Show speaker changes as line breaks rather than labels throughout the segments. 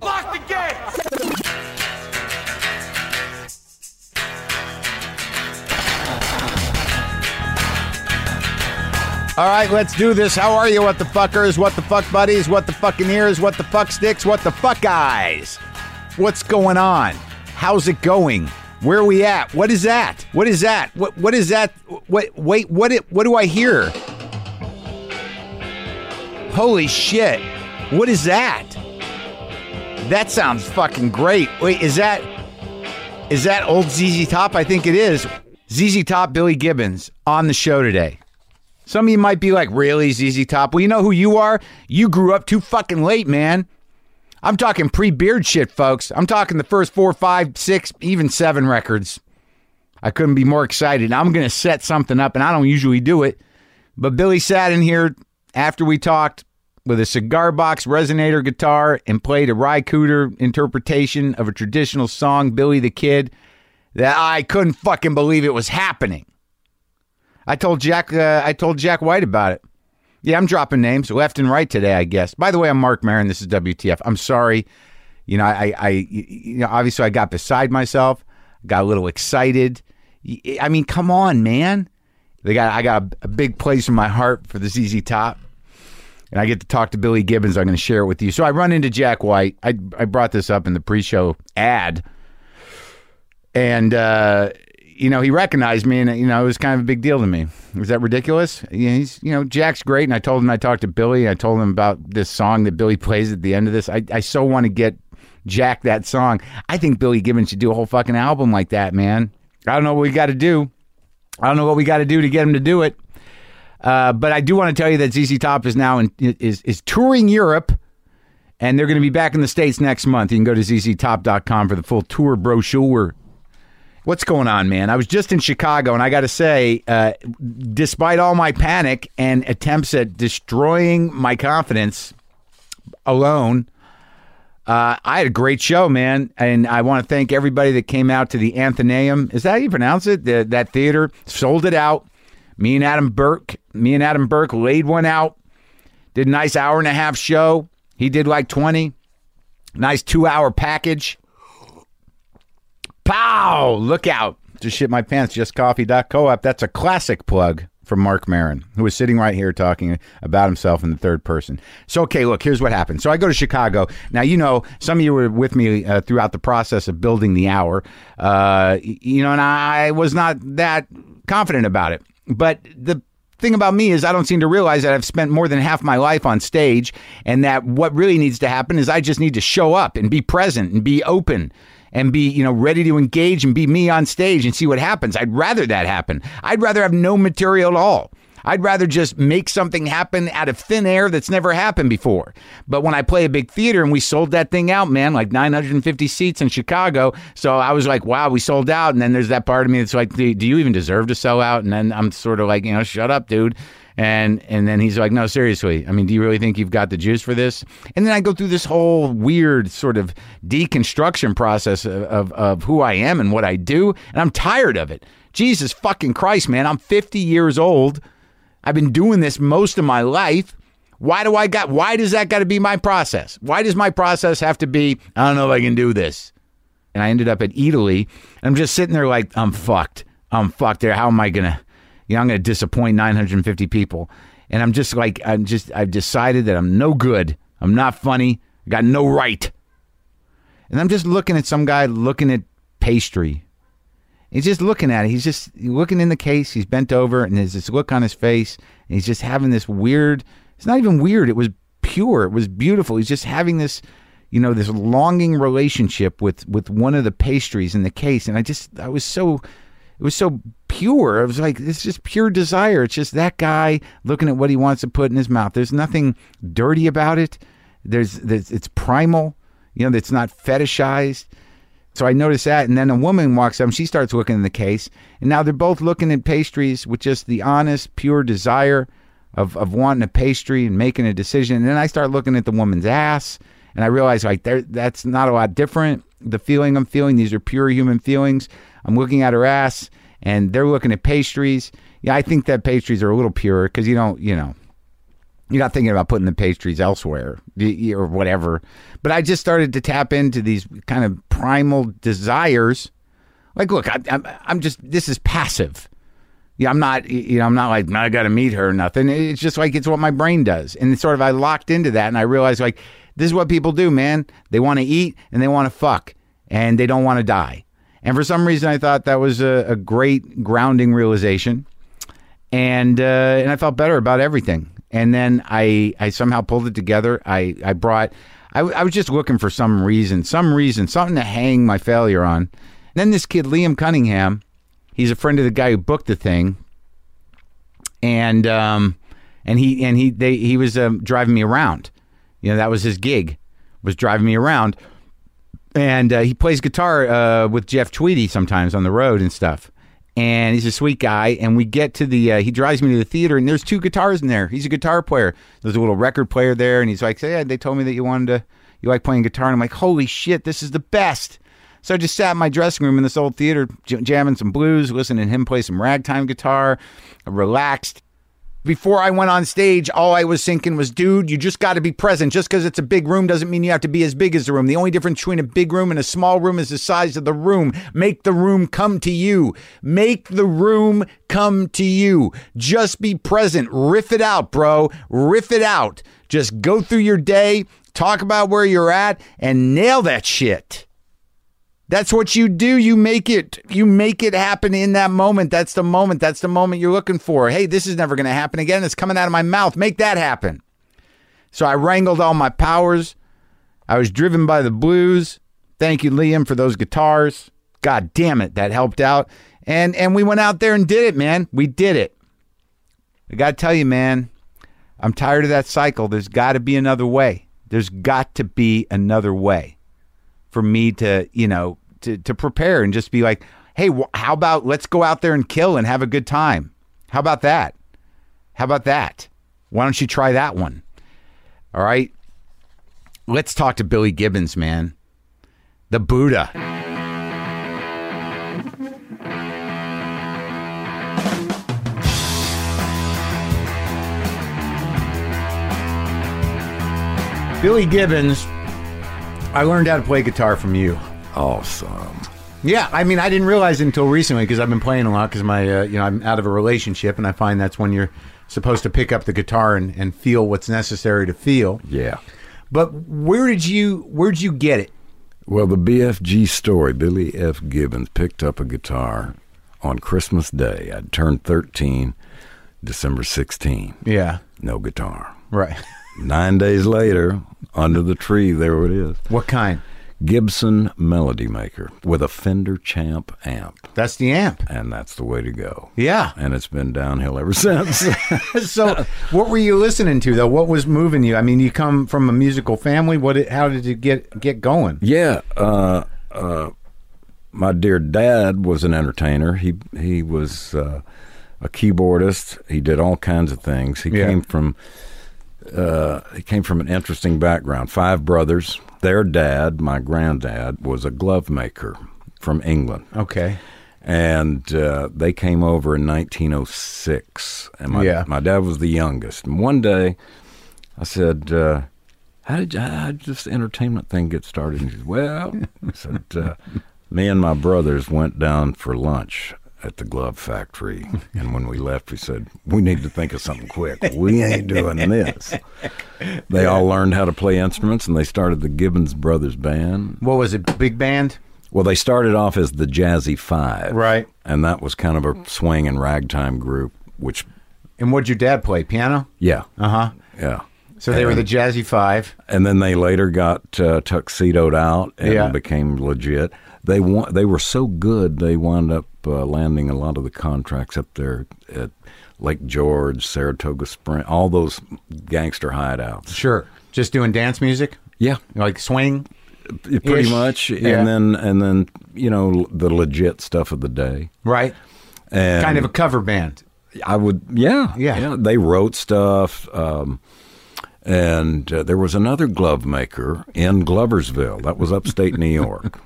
Lock the gate!
All right, let's do this. How are you, what the fuckers? What the fuck buddies? What the fucking ears? What the fuck sticks? What the fuck eyes? What's going on? How's it going? Where are we at? What is that? What is that? What what is that? What wait, what it, what do I hear? Holy shit. What is that? That sounds fucking great. Wait, is that is that old ZZ Top? I think it is. ZZ Top Billy Gibbons on the show today. Some of you might be like, really, ZZ Top? Well, you know who you are? You grew up too fucking late, man. I'm talking pre beard shit, folks. I'm talking the first four, five, six, even seven records. I couldn't be more excited. I'm going to set something up, and I don't usually do it. But Billy sat in here after we talked with a cigar box resonator guitar and played a Ry Cooter interpretation of a traditional song, Billy the Kid, that I couldn't fucking believe it was happening. I told Jack. Uh, I told Jack White about it. Yeah, I'm dropping names left and right today. I guess. By the way, I'm Mark Marin. This is WTF. I'm sorry. You know, I, I, I- you know, obviously I got beside myself. Got a little excited. Y- I mean, come on, man. They got. I got a big place in my heart for the ZZ Top. And I get to talk to Billy Gibbons. I'm going to share it with you. So I run into Jack White. I, I brought this up in the pre-show ad and uh, you know he recognized me, and you know it was kind of a big deal to me. Was that ridiculous? Yeah, he's you know Jack's great, and I told him I talked to Billy, and I told him about this song that Billy plays at the end of this. I I so want to get Jack that song. I think Billy Gibbons should do a whole fucking album like that, man. I don't know what we got to do. I don't know what we got to do to get him to do it. Uh, but I do want to tell you that ZZ Top is now in, is is touring Europe and they're going to be back in the states next month. You can go to zztop.com for the full tour brochure. What's going on, man? I was just in Chicago, and I got to say, uh, despite all my panic and attempts at destroying my confidence alone, uh, I had a great show, man. And I want to thank everybody that came out to the Athenaeum. Is that how you pronounce it? The, that theater sold it out. Me and Adam Burke, me and Adam Burke laid one out did a nice hour and a half show. He did like 20. Nice two hour package. Pow! Look out. Just shit my pants. JustCoffee.coop. That's a classic plug from Mark Marin, who is sitting right here talking about himself in the third person. So, okay, look, here's what happened. So I go to Chicago. Now, you know, some of you were with me uh, throughout the process of building the hour, uh, y- you know, and I was not that confident about it. But the thing about me is I don't seem to realize that I've spent more than half my life on stage and that what really needs to happen is I just need to show up and be present and be open and be, you know, ready to engage and be me on stage and see what happens. I'd rather that happen. I'd rather have no material at all. I'd rather just make something happen out of thin air that's never happened before. But when I play a big theater and we sold that thing out, man, like 950 seats in Chicago. So I was like, wow, we sold out. And then there's that part of me that's like, do do you even deserve to sell out? And then I'm sort of like, you know, shut up, dude. And and then he's like, no, seriously. I mean, do you really think you've got the juice for this? And then I go through this whole weird sort of deconstruction process of, of, of who I am and what I do. And I'm tired of it. Jesus fucking Christ, man. I'm 50 years old. I've been doing this most of my life. Why do I got why does that got to be my process? Why does my process have to be I don't know if I can do this? And I ended up at Italy and I'm just sitting there like I'm fucked. I'm fucked there. How am I going to you know I'm going to disappoint 950 people. And I'm just like I'm just I've decided that I'm no good. I'm not funny. I got no right. And I'm just looking at some guy looking at pastry He's just looking at it. He's just looking in the case. He's bent over, and there's this look on his face. And he's just having this weird. It's not even weird. It was pure. It was beautiful. He's just having this, you know, this longing relationship with with one of the pastries in the case. And I just, I was so, it was so pure. It was like it's just pure desire. It's just that guy looking at what he wants to put in his mouth. There's nothing dirty about it. There's, there's it's primal. You know, it's not fetishized. So I noticed that, and then a woman walks up and she starts looking in the case. And now they're both looking at pastries with just the honest, pure desire of, of wanting a pastry and making a decision. And then I start looking at the woman's ass, and I realize like there that's not a lot different. The feeling I'm feeling, these are pure human feelings. I'm looking at her ass, and they're looking at pastries. Yeah, I think that pastries are a little purer because you don't, you know, You're not thinking about putting the pastries elsewhere y- y- or whatever. But I just started to tap into these kind of primal desires. Like, look, I, I'm, I'm just, this is passive. Yeah, I'm not. You know, I'm not like I got to meet her or nothing. It's just like it's what my brain does, and it's sort of I locked into that, and I realized like this is what people do, man. They want to eat and they want to fuck, and they don't want to die. And for some reason, I thought that was a, a great grounding realization, and uh, and I felt better about everything. And then I I somehow pulled it together. I I brought. I, w- I was just looking for some reason, some reason, something to hang my failure on. then this kid Liam Cunningham he's a friend of the guy who booked the thing and um and he and he they he was um, driving me around you know that was his gig was driving me around and uh, he plays guitar uh, with jeff tweedy sometimes on the road and stuff and he's a sweet guy and we get to the uh, he drives me to the theater and there's two guitars in there he's a guitar player there's a little record player there and he's like yeah they told me that you wanted to you like playing guitar and i'm like holy shit this is the best so I just sat in my dressing room in this old theater, j- jamming some blues, listening to him play some ragtime guitar, relaxed. Before I went on stage, all I was thinking was, dude, you just got to be present. Just because it's a big room doesn't mean you have to be as big as the room. The only difference between a big room and a small room is the size of the room. Make the room come to you. Make the room come to you. Just be present. Riff it out, bro. Riff it out. Just go through your day, talk about where you're at, and nail that shit. That's what you do. You make it you make it happen in that moment. That's the moment. That's the moment you're looking for. Hey, this is never going to happen again. It's coming out of my mouth. Make that happen. So I wrangled all my powers. I was driven by the blues. Thank you Liam for those guitars. God damn it, that helped out. And and we went out there and did it, man. We did it. I got to tell you, man. I'm tired of that cycle. There's got to be another way. There's got to be another way for me to you know to, to prepare and just be like hey wh- how about let's go out there and kill and have a good time how about that how about that why don't you try that one all right let's talk to billy gibbons man the buddha Billy Gibbons I learned how to play guitar from you.
Awesome.
Yeah, I mean, I didn't realize it until recently because I've been playing a lot because my, uh, you know, I'm out of a relationship, and I find that's when you're supposed to pick up the guitar and, and feel what's necessary to feel.
Yeah.
But where did you where'd you get it?
Well, the BFG story Billy F. Gibbons picked up a guitar on Christmas Day. I'd turned 13, December 16.
Yeah,
No guitar.
right.
Nine days later, under the tree, there it is
What kind?
Gibson Melody Maker with a Fender Champ amp.
That's the amp.
And that's the way to go.
Yeah.
And it's been downhill ever since.
so, what were you listening to though? What was moving you? I mean, you come from a musical family. What? Did, how did you get get going?
Yeah, uh, uh, my dear dad was an entertainer. He he was uh, a keyboardist. He did all kinds of things. He
Yeah.
came from uh, he came from an interesting background. Five brothers. Their dad, my granddad, was a glove maker from England,
Okay.
and uh, they came over in 1906. And my
Yeah.
my dad was the youngest. And one day, I said, uh, "How did how did this entertainment thing get started?" And he said, "Well," I said, uh, "Me and my brothers went down for lunch." At the glove factory, and when we left, we said we need to think of something quick. We ain't doing this. They all learned how to play instruments, and they started the Gibbons Brothers Band.
What was it? Big band.
Well, they started off as the Jazzy Five,
Right.
And that was kind of a swing and ragtime group, which,
And what'd your dad play? Piano.
yeah,
Uh huh.
yeah.
So they were the Jazzy Five.
And then they later got uh, tuxedoed out and
Yeah.
became legit. They wa- they were so good they wound up uh, landing a lot of the contracts up there at Lake George, Saratoga Springs, all those gangster hideouts.
Sure. Just doing dance music,
Yeah,
like swing.
pretty
Ish.
much.
Yeah.
And then and then you know the legit stuff of the day.
Right.
And
kind of a cover band.
I would, yeah,
Yeah.
They wrote stuff, um, and uh, there was another glove maker in Gloversville. That was upstate New York.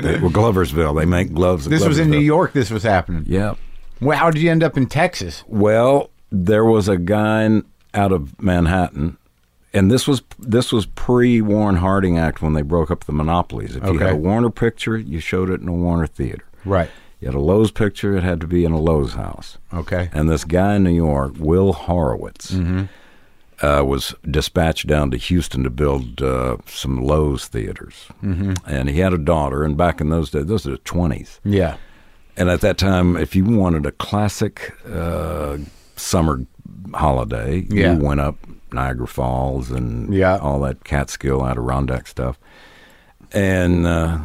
They- well, Gloversville. They make gloves.
This was in
Gloversville.
New York. This was happening.
Yeah.
Well, how did you end up in Texas?
Well, there was a guy in out of Manhattan, and this was this was pre Warren Harding Act when they broke up the monopolies. If you had
Okay.
a Warner picture, you showed it in a Warner theater.
Right.
You had a Lowe's picture, it had to be in a Lowe's house.
Okay.
And this guy in New York, Will Horowitz, uh, was dispatched down to Houston to build uh, some Lowe's theaters. Mm-hmm. And he had a daughter. And back in those days, those are the 20s.
Yeah.
And at that time, if you wanted a classic uh, summer holiday,
Yeah.
you went up Niagara Falls and
Yeah.
all that Catskill Adirondack stuff. And uh,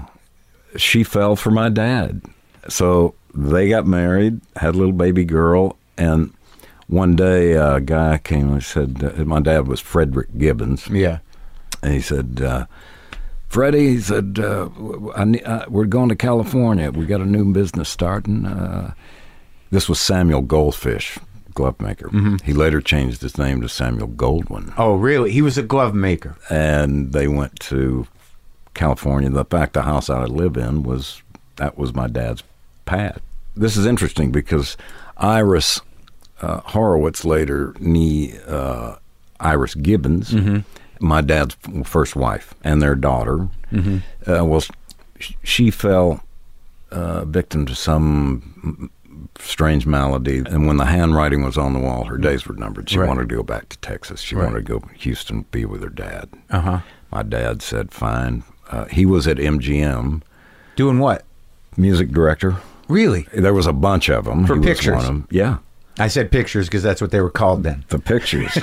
she fell for my dad. So they got married, had a little baby girl, and one day a guy came and said, uh, my dad was Frederick Gibbons.
Yeah.
And he said, uh, Freddie, he said, uh, w- I, ne- uh, we're going to California. We got a new business starting. Uh, this was Samuel Goldfish, glove maker. He later changed his name to Samuel Goldwyn.
Oh, really? He was a glove maker.
And they went to California. In fact, the house I live in was, that was my dad's pad. This is interesting because Iris uh, Horowitz later knee uh, Iris Gibbons, my dad's f- first wife, and their daughter. Uh, well, sh- she fell uh, victim to some m- strange malady, and when the handwriting was on the wall, her days were numbered. She
Right.
wanted to go back to Texas. She
Right.
wanted to go to Houston, be with her dad.
Uh huh.
My dad said, "Fine." Uh, he was at MGM,
Doing what?
music director.
Really?
There was a bunch of them.
For
He was
pictures?
one of 'em. Yeah,
I said pictures because that's what they were called then.
the pictures.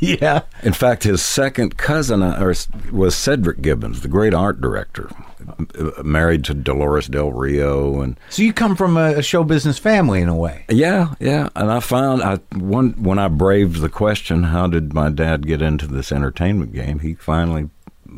yeah.
In fact, his second cousin uh, or, was Cedric Gibbons, the great art director, uh, married to Dolores Del Rio, and
So you come from a, a show business family in a way.
yeah, yeah. And I found I one when I braved the question, how did my dad get into this entertainment game? He finally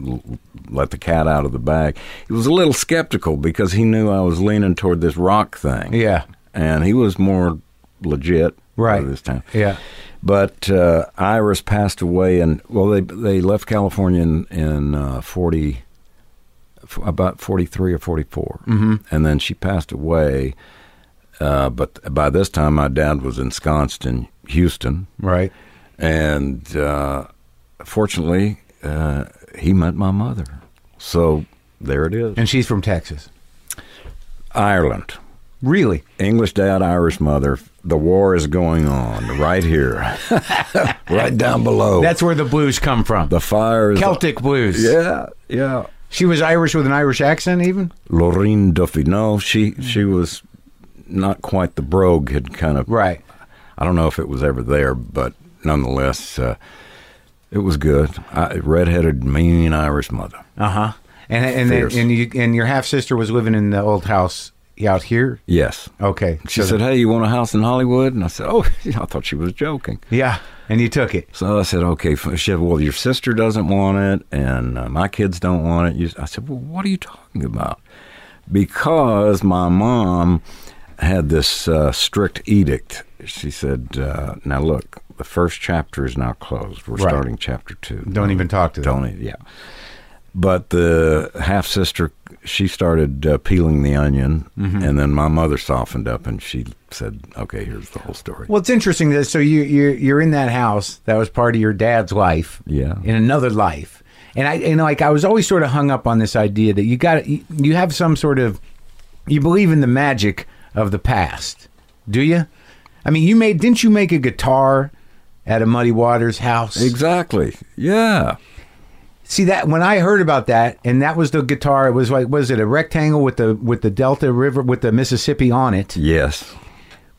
l- let the cat out of the bag. He was a little skeptical because he knew I was leaning toward this rock thing.
Yeah.
and he was more legit
Right.
by this time.
Yeah.
But uh, Iris passed away, and well, they they left California in, in uh, forty, f- about forty three or forty and then she passed away. Uh, but by this time, my dad was ensconced in Houston,
Right.
and uh, fortunately, uh, he met my mother. So there it is,
And she's from Texas.
Ireland.
Really?
English dad, Irish mother. The war is going on right here, right down below.
That's where Oh. the blues come from.
the fire is
Celtic blues.
Yeah, yeah.
She was Irish with an Irish accent, even?
Lorraine Duffy. No, she she was not quite the brogue. Had kind of
Right.
I don't know if it was ever there, but nonetheless, uh, it was good. I, redheaded, mean Irish mother.
Uh huh. And and
Uh-huh. Fierce.
and you and your half sister was living in the old house out here.
Yes.
Okay.
She
so-
said, "Hey, you want a house in Hollywood?" And I said, "Oh, I thought she was joking."
"Yeah," and you took it.
So I said, okay. f- She said, well, your sister doesn't want it, and uh, my kids don't want it. You, I said, well, what are you talking about? Because my mom had this uh, strict edict. She said, uh, now look, the first chapter is now closed. We're
Right.
starting chapter two.
Don't even talk to them.
Don't e- yeah. But the half sister, she started uh, peeling the onion,
Mm-hmm.
and then my mother softened up and she said, okay, here's the whole story.
Well, it's interesting that so you you you're in that house that was part of your dad's life.
Yeah.
In another life, and I and like I was always sort of hung up on this idea that you got you, you have some sort of you believe in the magic of the past, do you? I mean, you made didn't you make a guitar at a Muddy Waters house?
Exactly. Yeah.
See that when I heard about that, and that was the guitar. It was like, was it a rectangle with the with the Delta River with the Mississippi on it?
Yes.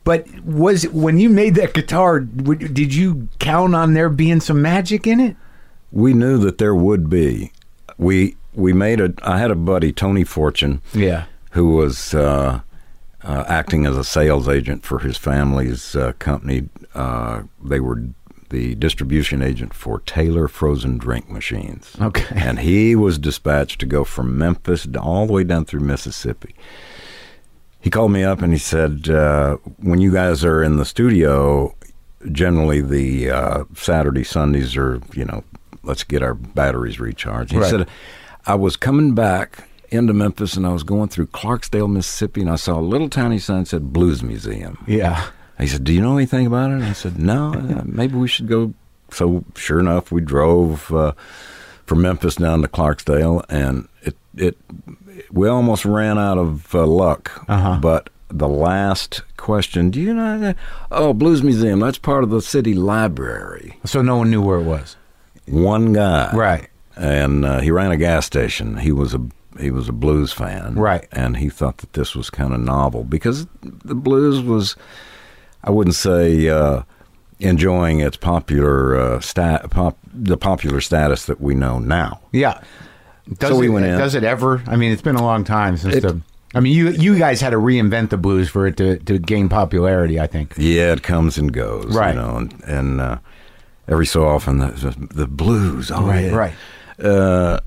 But was when you made that guitar, w- did you count on there being some magic in it?
we knew that there would be. We we made a. I had a buddy, Tony Fortune,
Yeah.
who was uh, uh, acting as a sales agent for his family's uh, company. Uh, they were the distribution agent for Taylor Frozen Drink Machines.
Okay.
and he was dispatched to go from Memphis to- all the way down through Mississippi. He called me up and he said, uh, "When you guys are in the studio, generally the uh, Saturday Sundays are you know, let's get our batteries recharged." He
Right.
said, "I was coming back." Into Memphis, and I was going through Clarksdale, Mississippi, and I saw a little tiny sign that said Blues Museum.
Yeah.
He said, "Do you know anything about it?" And I said, "No. uh, Maybe we should go so sure enough, we drove uh, from Memphis down to Clarksdale, and it it we almost ran out of uh, luck. But the last question, do you know? That? Oh, Blues Museum. That's part of the city library.
So no one knew where it was.
One guy,
Right.
and uh, he ran a gas station. He was a he was a blues fan,
Right.
And he thought that this was kind of novel because the blues was, I wouldn't say uh, enjoying its popular uh, stat pop the popular status that we know now.
Yeah. Does
So we
it,
went in.
Does it ever? I mean, it's been a long time since
It-
the. I mean, you you guys had to reinvent the blues for it to, to gain popularity. I think.
Yeah, it comes and goes,
Right.
You know, and, and uh, every so often the, the blues, oh,
Right,
yeah.
right.
Uh,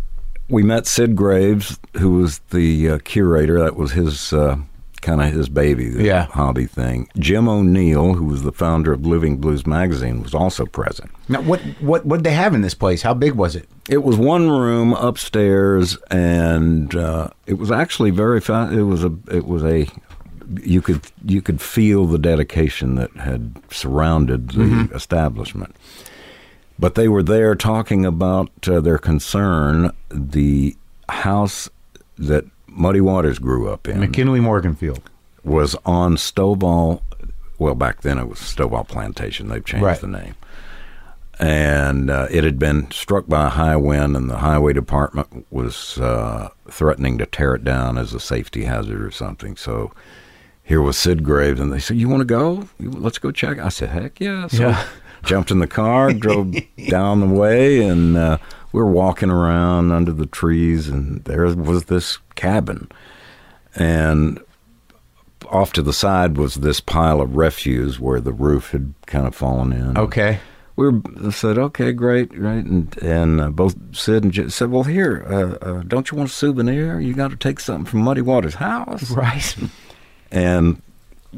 we met Sid Graves, who was the uh, curator. That was his uh, kind of his baby, the
Yeah.
hobby thing. Jim O'Neill, who was the founder of Living Blues magazine, was also present.
Now, what what what did they have in this place? How big was it?
It was one room upstairs, and uh, it was actually very. Fa- it was a. It was a. You could you could feel the dedication that had surrounded the establishment, but they were there talking about uh, their concern the house that Muddy Waters grew up in
McKinley Morganfield.
was on Stovall. Well, back then it was Stovall Plantation. They've changed
Right.
the name. And uh, it had been struck by a high wind, and the highway department was uh, threatening to tear it down as a safety hazard or something. So here was Sid Graves, and they said, "You want to go? You- Let's go check." I said, "Heck yeah!" So
Yeah.
jumped in the car, drove down the way, and uh, we were walking around under the trees, and there was this cabin, and off to the side was this pile of refuse where the roof had kind of fallen in.
Okay.
We were, I said, okay, great, right, and and uh, both Sid and Jim said, well, here, uh, uh, don't you want a souvenir? You got to take something from Muddy Waters' house,
Right.
and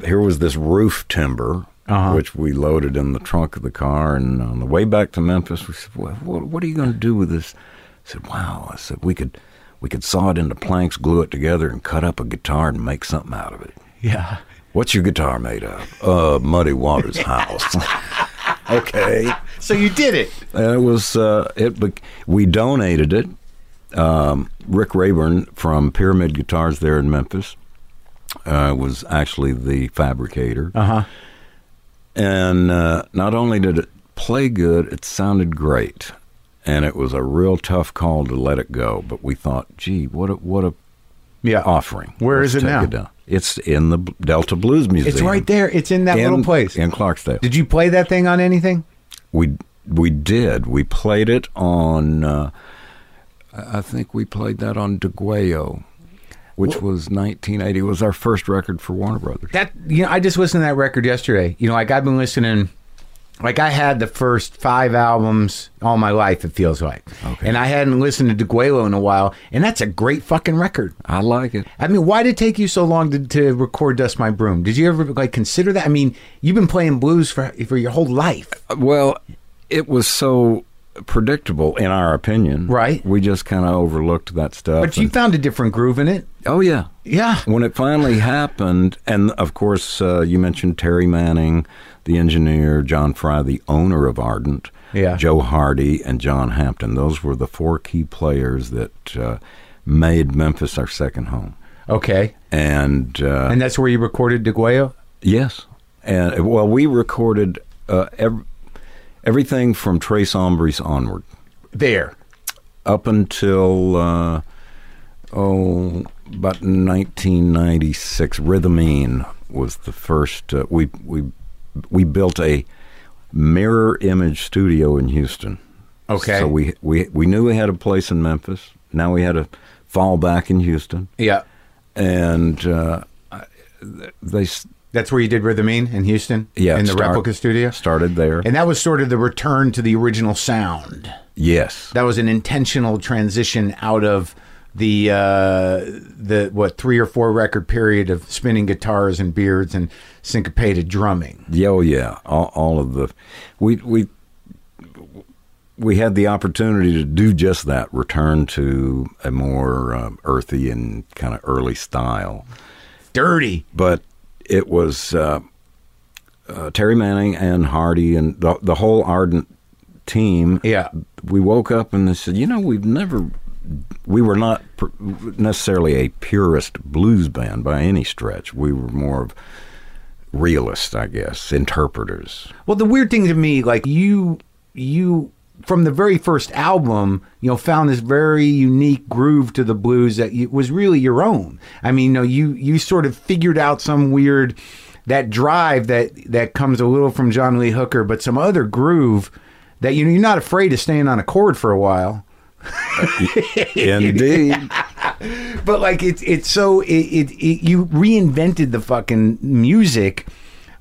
here was this roof timber
Uh-huh.
which we loaded in the trunk of the car and on the way back to memphis we said well, what, what are you going to do with this i said wow i said we could we could saw it into planks glue it together and cut up a guitar and make something out of it
Yeah.
what's your guitar made of uh muddy waters house okay
So you did it.
and it was uh, it. bec- We donated it. Um, Rick Rayburn from Pyramid Guitars there in Memphis uh, was actually the fabricator,
Uh huh.
and uh, not only did it play good, it sounded great. And it was a real tough call to let it go, but we thought, gee, what a what a
Yeah. oh,
offering.
Where is it
take
now?
down. It's in the B- Delta Blues Museum.
It's right there. It's in that
in,
little place.
in Clarksdale.
Did you play that thing on anything?
We we did. We played it on. Uh, I I think we played that on DeGuayo, which was 1980. It was our first record for Warner Brothers.
That you know, I just listened to that record yesterday. You know, like I've been listening. Like I had the first five albums all my life. It feels like,
Okay.
and I hadn't listened to DeGuelo in a while, and that's a great fucking record.
I like it.
I mean, why did it take you so long to, to record "Dust My Broom"? Did you ever like consider that? I mean, you've been playing blues for for your whole life.
Uh, Well, it was so predictable in our opinion.
Right.
We just kind of overlooked that stuff.
But you
and-
found a different groove in it.
oh yeah.
Yeah.
When it finally happened, and of course, uh, you mentioned Terry Manning, the engineer, John Fry, the owner of Ardent,
Yeah.
Joe Hardy, and John Hampton. Those were the four key players that uh, made Memphis our second home.
Okay.
And, uh,
And that's where you recorded DeGuayo?
yes, and well, we recorded uh, ev- everything from Trace Ombres onward
There.
up until uh, oh about 1996 rhythmine was the first uh, we we we built a mirror image studio in Houston
Okay.
so we we we knew we had a place in Memphis now we had a fallback in Houston
Yeah.
and uh, I- they s-
That's where you did Rhythmine in Houston?
yeah
In the
start-
replica studio?
started there
And that was sort of the return to the original sound.
yes
That was an intentional transition out of the uh, the what three or four record period of spinning guitars and beards and syncopated drumming.
Yeah, oh yeah, all, all of the, we we we had the opportunity to do just that, return to a more um, earthy and kind of early style.
Dirty.
But it was uh, uh, Terry Manning and Hardy and the the whole Ardent team.
Yeah.
We woke up and they said, you know, we've never, we were not pr- necessarily a purist blues band by any stretch. We were more of realists, I guess, interpreters.
Well, the weird thing to me, like you, you from the very first album, you know, found this very unique groove to the blues that you, was really your own. I mean, you know, you you sort of figured out some weird that drive that that comes a little from John Lee Hooker, but some other groove that you know you're not afraid of staying on a chord for a while.
Indeed.
But like it's it's so it, it, it you reinvented the fucking music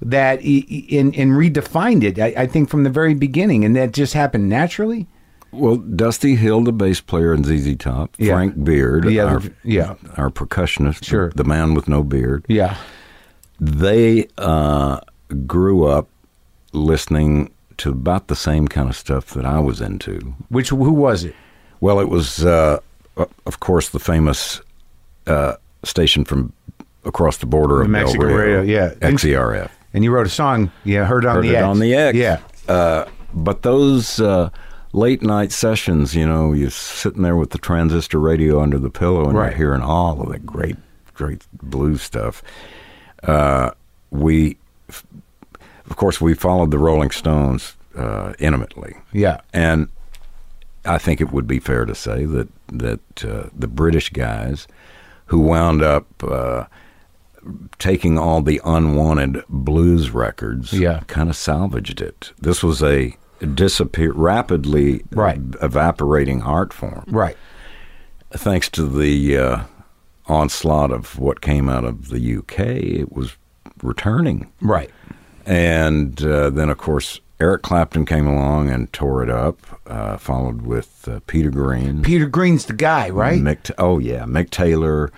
that i- i- and and redefined it. I, I think from the very beginning, and that just happened naturally.
Well, Dusty Hill, the bass player in ZZ Top,
Yeah.
Frank Beard,
The other-
our,
yeah.
our percussionist,
Sure.
the man with no beard,
Yeah.
they uh, grew up listening to about the same kind of stuff that I was into.
Which who was it?
Well, it was, uh, o- of course, the famous uh, station from across the border of
Mexican
Del Rio,
radio, yeah.
XERF.
And you wrote a song. Yeah, heard on
Heard
the
it
X.
on the X.
Yeah.
Uh, but those uh, late night sessions, you know, you're sitting there with the transistor radio under the pillow and
Right.
you're hearing all of the great, great blues stuff. Uh, we, of course, we followed the Rolling Stones uh, intimately.
Yeah.
And I think it would be fair to say that that uh, the British guys who wound up uh, taking all the unwanted blues records,
Yeah.
kind of salvaged it. This was a disappear rapidly
Right.
evaporating art form,
Right.
thanks to the uh, onslaught of what came out of the UK. It was returning.
Right.
And uh, then, of course, Eric Clapton came along and tore it up, uh, followed with uh, Peter Green.
Peter Green's the guy, right?
Mick, Ta- oh, yeah. Mick Taylor.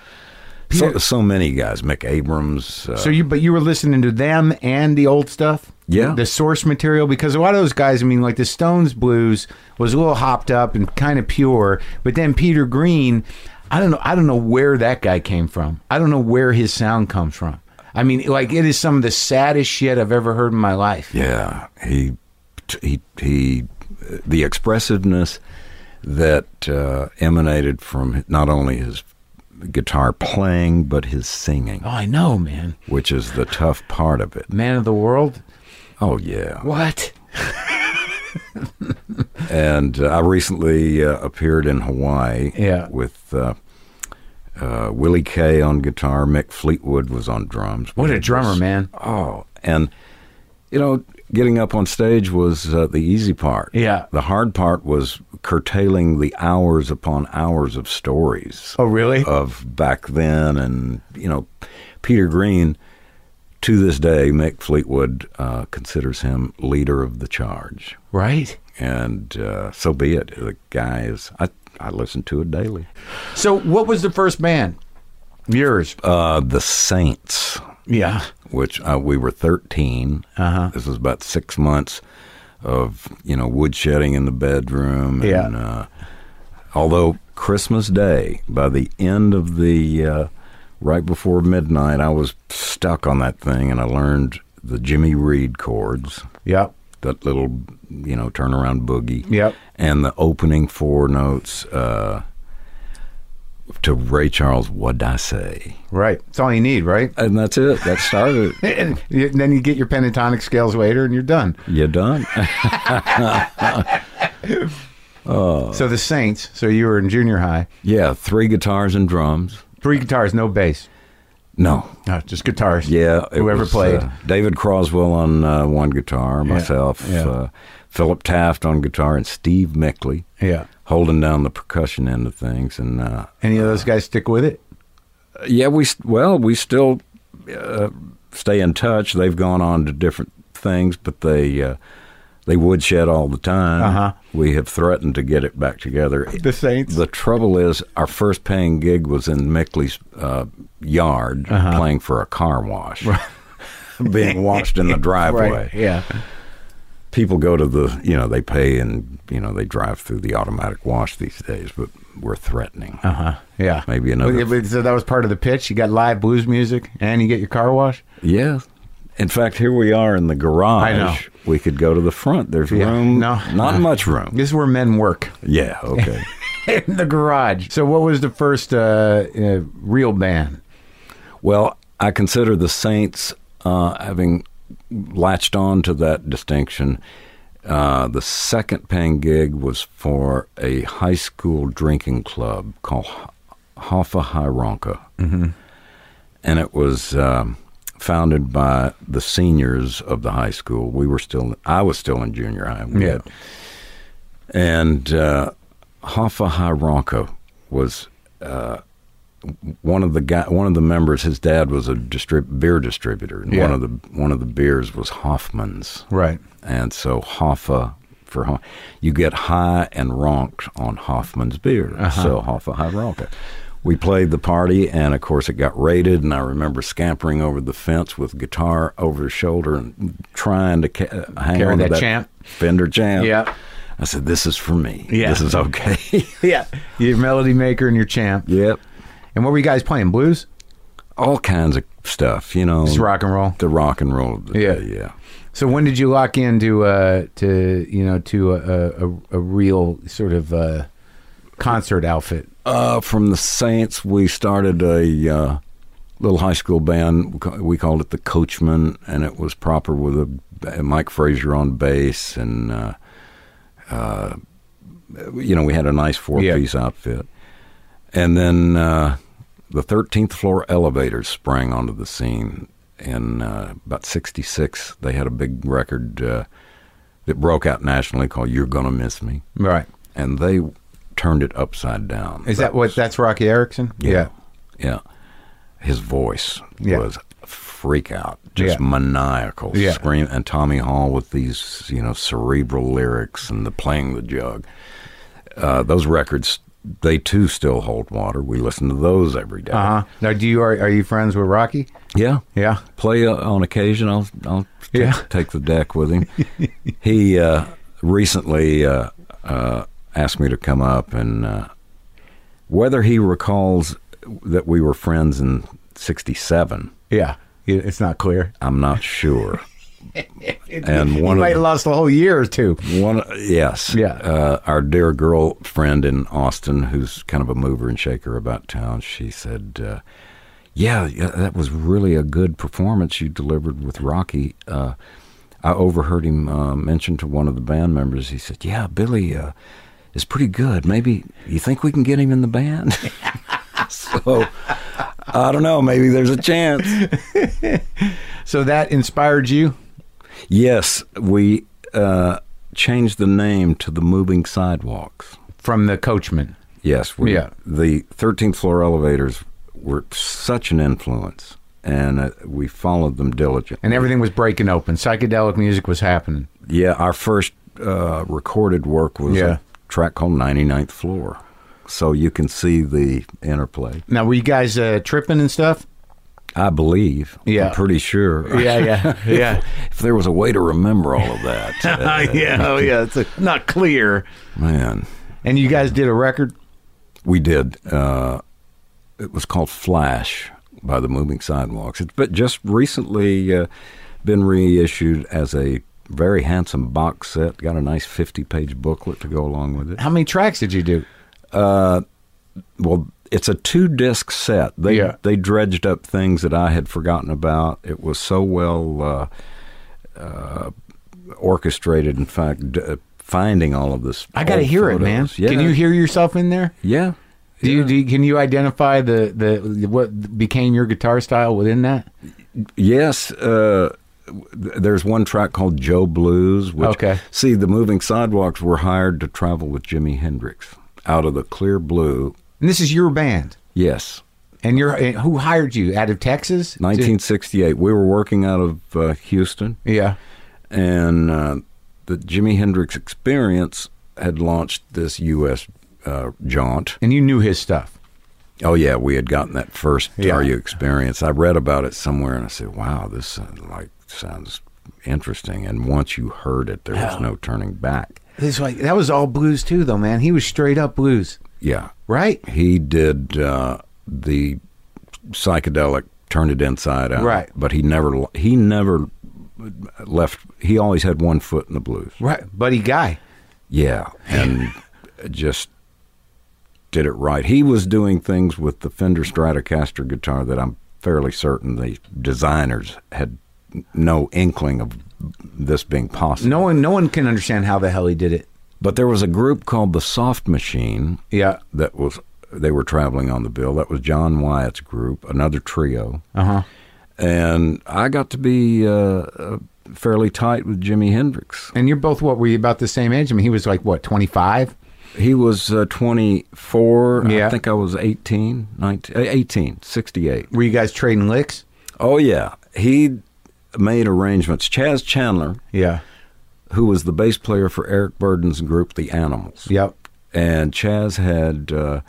So,
Peter-
so many guys. Mick Abrams. Uh,
So you, but you were listening to them and the old stuff.
Yeah.
the source material because a lot of those guys. I mean, like the Stones blues was a little hopped up and kind of pure, but then Peter Green, I don't know, I don't know where that guy came from. I don't know where his sound comes from. I mean, like it is some of the saddest shit I've ever heard in my life.
yeah. He, t- he, he, the expressiveness that uh, emanated from not only his guitar playing, but his singing,
Oh, I know, man.
which is the tough part of it.
Man of the world.
Oh, yeah.
What?
and uh, I recently uh, appeared in Hawaii
Yeah.
with uh, uh, Willie Kay on guitar, Mick Fleetwood was on drums.
What a drummer, man.
Oh, and you know, getting up on stage was uh, the easy part.
Yeah.
the hard part was curtailing the hours upon hours of stories
Oh, really?
of back then, and you know, Peter Green. To this day, Mick Fleetwood uh, considers him leader of the charge
right.
and uh, so be it. The guy is I, I listen to it daily.
So, what was the first band? Yours.
Uh, the Saints,
Yeah.
which uh, we were thirteen.
Uh-huh.
This was about six months of you know woodshedding in the bedroom.
Yeah.
And, uh, although Christmas Day, by the end of the uh, right before midnight, I was stuck on that thing, and I learned the Jimmy Reed chords.
Yep.
that little you know turnaround boogie.
Yep.
And the opening four notes uh, to Ray Charles, "What'd I Say?"
Right. It's all you need, right?
And that's it. That started. it.
and you- then you get your pentatonic scales later and you're done.
You're done. Uh,
So the Saints, so you were in junior high,
yeah, three guitars and drums.
three guitars, no bass.
No.
No, just guitars.
Yeah, it
Whoever
was,
played.
uh, David Croswell on uh, one guitar, myself,
yeah.
Uh, Philip Taft on guitar, and Steve Mickley
yeah.
holding down the percussion end of things. And uh,
Any of those guys stick with it?
yeah, we st- well, we still uh, stay in touch. They've gone on to different things, but they uh, they woodshed all the time.
Uh-huh.
We have threatened to get it back together.
The Saints.
The trouble is, our first paying gig was in Mickley's uh, yard, playing for a car wash, being washed in the driveway.
Yeah.
People go to the, you know, they pay and you know they drive through the automatic wash these days, but we're threatening.
Uh huh. Yeah.
Maybe another-
Well, yeah, but- So that was part of the pitch. You got live blues music and you get your car wash.
Yeah. In fact, here we are in the
I know.
garage We could go to the front. There's
Yeah,
room.
no.
not much room.
This is where men work
Yeah. Okay.
in the garage. So, what was the first uh, uh, real band?
Well, I consider the Saints uh, having latched on to that distinction. Uh, the second paying gig was for a high school drinking club called H- Hoffa High Ronca. Mm-hmm. And it was um, founded by the seniors of the high school. We were still, I was still in junior high. We
Yeah.
had- and uh, Hoffa High Ronca was uh, one of the guy, one of the members, his dad was a distrib- beer distributor, and
Yeah.
one of the one of the beers was Hoffman's,
Right.
and so Hoffa for Ho- you get high and ronked on Hoffman's beer,
Uh-huh.
so Hoffa high ronka. We played the party, and of course it got raided. And I remember scampering over the fence with guitar over his shoulder and trying to ca- hang
Carry
on to
that
that
champ.
Fender champ.
Yeah.
I said, "This is for me.
Yeah.
This is okay."
Yeah. Your melody maker and your champ.
yep.
And what were you guys playing? Blues?
all kinds of stuff, you know.
Just rock and roll.
The rock and roll. Of the
Yeah.
Day, yeah.
So when did you lock into uh, to you know to a, a, a real sort of uh, concert outfit?
Uh, from the Saints, we started a uh, little high school band. We ca- We called it the Coachman, and it was proper with a Mike Frazier on bass, and uh, uh, you know we had a nice four-piece outfit. And then uh, the 13th floor elevators sprang onto the scene in uh, about 66. They had a big record uh, that broke out nationally called You're Gonna Miss Me.
Right.
And they turned it upside down.
Is that what? That's Rocky Erickson.
Yeah. Yeah. His voice
Yeah.
was freak out, just
Yeah.
maniacal
Yeah.
scream. And Tommy Hall with these, you know, cerebral lyrics and the playing the jug. Uh, those records, they too still hold water. We listen to those every day.
Uh huh. Now, do you are are you friends with Rocky?
Yeah.
Yeah.
Play uh, on occasion. I'll, I'll t-
Yeah.
take the deck with him. he uh, recently uh, uh, asked me to come up, and uh, whether he recalls that we were friends in '67,
Yeah. It- It's not clear.
I'm not sure. And
you
one of
might have
the-
lost a whole year or two.
One, yes,
Yeah.
Uh, our dear girl friend in Austin, who's kind of a mover and shaker about town, she said, uh, "Yeah, yeah, that was really a good performance you delivered with Rocky." Uh, I overheard him uh, mention to one of the band members. He said, "Yeah, Billy uh, is pretty good. Maybe you think we can get him in the band." so I don't know. Maybe there's a chance.
So that inspired you.
Yes, we uh, changed the name to the Moving Sidewalks.
from the coachman.
Yes, we,
Yeah.
The thirteenth floor elevators were such an influence, and uh, we followed them diligently.
And everything was breaking open. Psychedelic music was happening.
yeah, our first uh, recorded work was
Yeah.
a track called 99th Floor, so you can see the interplay.
Now, were you guys uh, tripping and stuff?
I believe.
Yeah.
I'm pretty sure.
yeah, yeah.
If there was a way to remember all of that, uh,
yeah, oh, yeah. It's like not clear.
man,
And you guys did a record?
we did. Uh, it was called Flash by the Moving Sidewalks. It's but just recently uh, been reissued as a very handsome box set. Got a nice fifty-page booklet to go along with it.
How many tracks did you do?
Well, it's a two-disc set. They
Yeah.
they dredged up things that I had forgotten about. It was so well uh, uh, orchestrated. In fact, d- uh, finding all of this,
I got to
old
hear it,
photos.
man.
Yeah.
Can you hear yourself in there?
Yeah.
Do you, do you, can you identify the, the what became your guitar style within that?
Yes, uh, th- there's one track called Joe Blues. Which,
Okay.
See, the Moving Sidewalks were hired to travel with Jimi Hendrix out of the clear blue.
And this is your band.
Yes,
And you're and who hired you out of Texas? To-
1968. We were working out of uh, Houston,
yeah.
and uh, the Jimi Hendrix Experience had launched this U.S. Uh, jaunt.
And you knew his stuff.
Oh yeah, we had gotten that first
Yeah.
Are You experience. I read about it somewhere, and I said, "Wow, this sounds like sounds interesting." And once you heard it, there was no turning back.
It's like that was all blues too, though, man. He was straight up blues,
Yeah,
right?
he did uh, the psychedelic, turned it inside out.
Right.
but he never he never left. He always had one foot in the blues.
Right, buddy guy.
Yeah, and just did it right. He was doing things with the Fender Stratocaster guitar that I'm fairly certain the designers had no inkling of this being possible.
No one, no one can understand how the hell he did it.
But there was a group called the Soft Machine
Yeah.
that was they were traveling on the bill. That was John Wyatt's group, another trio,
Uh huh.
and I got to be uh, uh, fairly tight with Jimi Hendrix.
And you're both what were you about the same age? I mean, he was like what, 25?
He was uh, 24.
Yeah.
I think I was 18, 19, uh, 18, 68.
Were you guys trading licks?
Oh yeah, he made arrangements. Chaz Chandler,
Yeah.
who was the bass player for Eric Burden's group, The Animals,
Yep.
and Chaz had uh,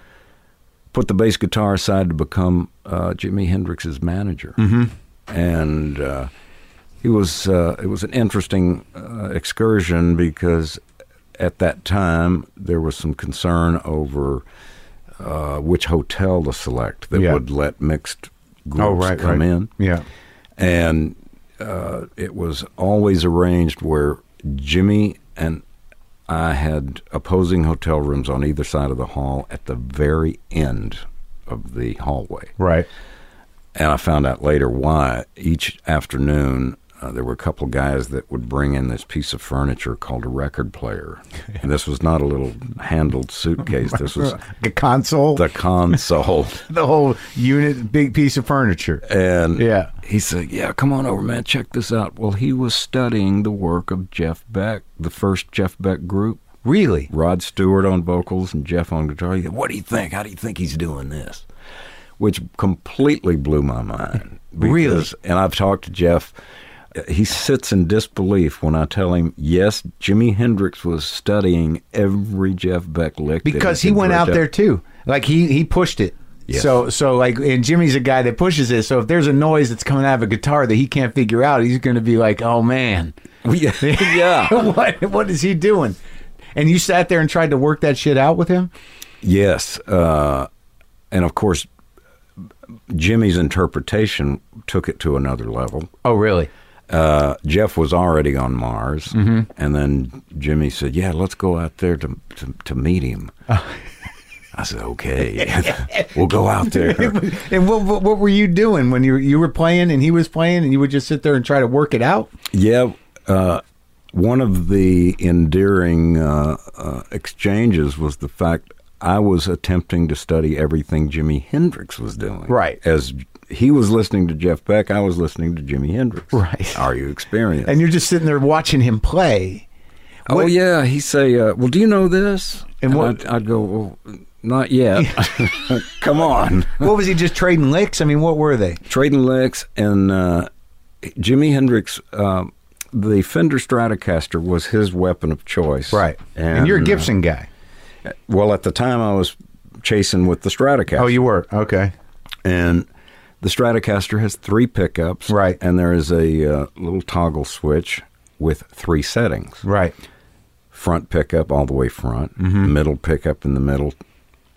put the bass guitar aside to become uh, Jimi Hendrix's manager, mm-hmm. and uh, he was. Uh, it was an interesting uh, excursion because at that time there was some concern over uh, which hotel to select that
Yeah.
would let mixed groups
Oh, right.
come
right.
in
Yeah.
and uh, it was always arranged where Jimmy and I had opposing hotel rooms on either side of the hall at the very end of the hallway.
Right.
And I found out later why. Each afternoon, uh, there were a couple guys that would bring in this piece of furniture called a record player. And this was not a little handled suitcase. This was
The console,
the
the,
console.
whole unit, big piece of furniture.
And
Yeah.
he said, Yeah, come on over, man. Check this out. Well, he was studying the work of Jeff Beck, the first Jeff Beck group.
Really?
Rod Stewart on vocals and Jeff on guitar. He said, What do you think? How do you think he's doing this? Which completely blew my mind.
Really?
because- And I've talked to Jeff. He sits in disbelief when I tell him, yes, Jimi Hendrix was studying every Jeff Beck lick. that
Because he
could
went
dredge
out
up.
there too. Like he he pushed it.
Yes.
So so like and Jimmy's a guy that pushes it. So if there's a noise that's coming out of a guitar that he can't figure out, he's going to be like, "Oh man,
Yeah. yeah.
what what is he doing?" And you sat there and tried to work that shit out with him?
Yes, uh, and of course, Jimmy's interpretation took it to another level.
Oh, really?
Uh, Jeff was already on Mars, and then Jimmy said, "Yeah, let's go out there to to, to meet him." I said, "Okay, we'll go out there."
And what, what what were you doing when you you were playing and he was playing and you would just sit there and try to work it out?
Yeah, uh, one of the endearing uh, uh, exchanges was the fact I was attempting to study everything Jimi Hendrix was doing.
Right.
As he was listening to Jeff Beck, I was listening to Jimi Hendrix.
Right.
Are you experienced?
And you're just sitting there watching him play.
oh yeah, he say, uh, "Well, do you know this?"
And what-
I'd, I'd go, well, "Not yet." Come on.
What was he just trading licks? I mean, what were they?
Trading Lex and uh, Jimi Hendrix. Um, the Fender Stratocaster was his weapon of choice, uh,
And, uh, you're a Gibson guy.
Well, at the time I was chasing with the Stratocaster.
Oh, you were. Okay.
and the Stratocaster has three pickups,
Right.
And there is a uh, little toggle switch with three settings:
Right.
front pickup all the way front,
Mm-hmm.
middle pickup in the middle,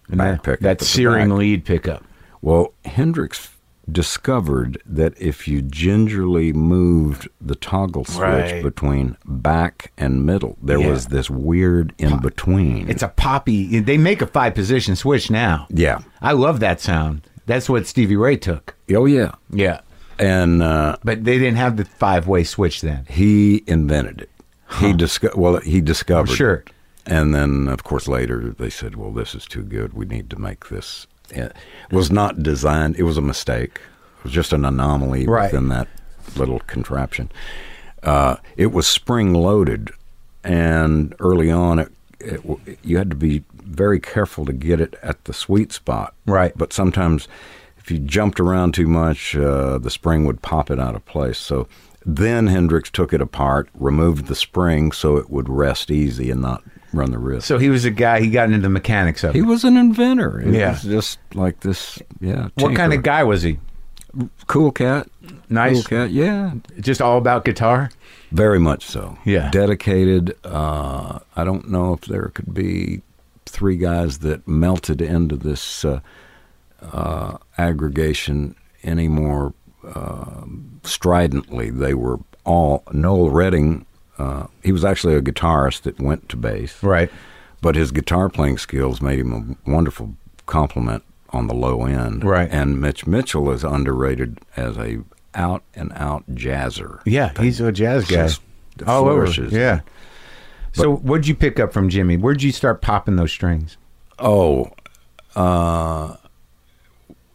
back pickup. at
that
the
searing
back.
lead pickup.
Well, Hendrix discovered that if you gingerly moved the toggle switch
Right.
between back and middle, there
Yeah.
was this weird in between.
It's a poppy. They make a five position switch now.
yeah.
I love that sound. That's what Stevie Ray took.
Oh yeah.
Yeah.
And uh,
But they didn't have the five way switch then.
He invented it. He disco- well, he discovered
Sure.
it. And then, of course, later they said, "Well, this is too good. We need to make this." It was not designed. It was a mistake. It was just an anomaly
Right.
within that little contraption. Uh, it was spring loaded, and early on, it, it w- you had to be very careful to get it at the sweet spot.
Right.
But sometimes, if you jumped around too much, uh, the spring would pop it out of place. So then Hendrix took it apart, removed the spring so it would rest easy and not run the risk.
So he was a guy, he got into the mechanics of
he
it.
was an inventor. It
Yeah.
was just like this. Yeah.
What kind of
tinker.
guy was he?
cool cat? Cool
Nice.
cat. Yeah.
Just all about guitar?
Very much so.
Yeah.
Dedicated. Uh, I don't know if there could be three guys that melted into this uh, uh, aggregation any more um uh, stridently. They were all Noel Redding. Uh, he was actually a guitarist that went to bass,
Right.
but his guitar playing skills made him a wonderful compliment on the low end.
Right.
And Mitch Mitchell is underrated as a out and out jazzer.
Yeah, he's a jazz guy.
Just
All over.
flourishes.
Yeah. so what'd you pick up from Jimmy? Where'd you start popping those strings?
Oh, uh,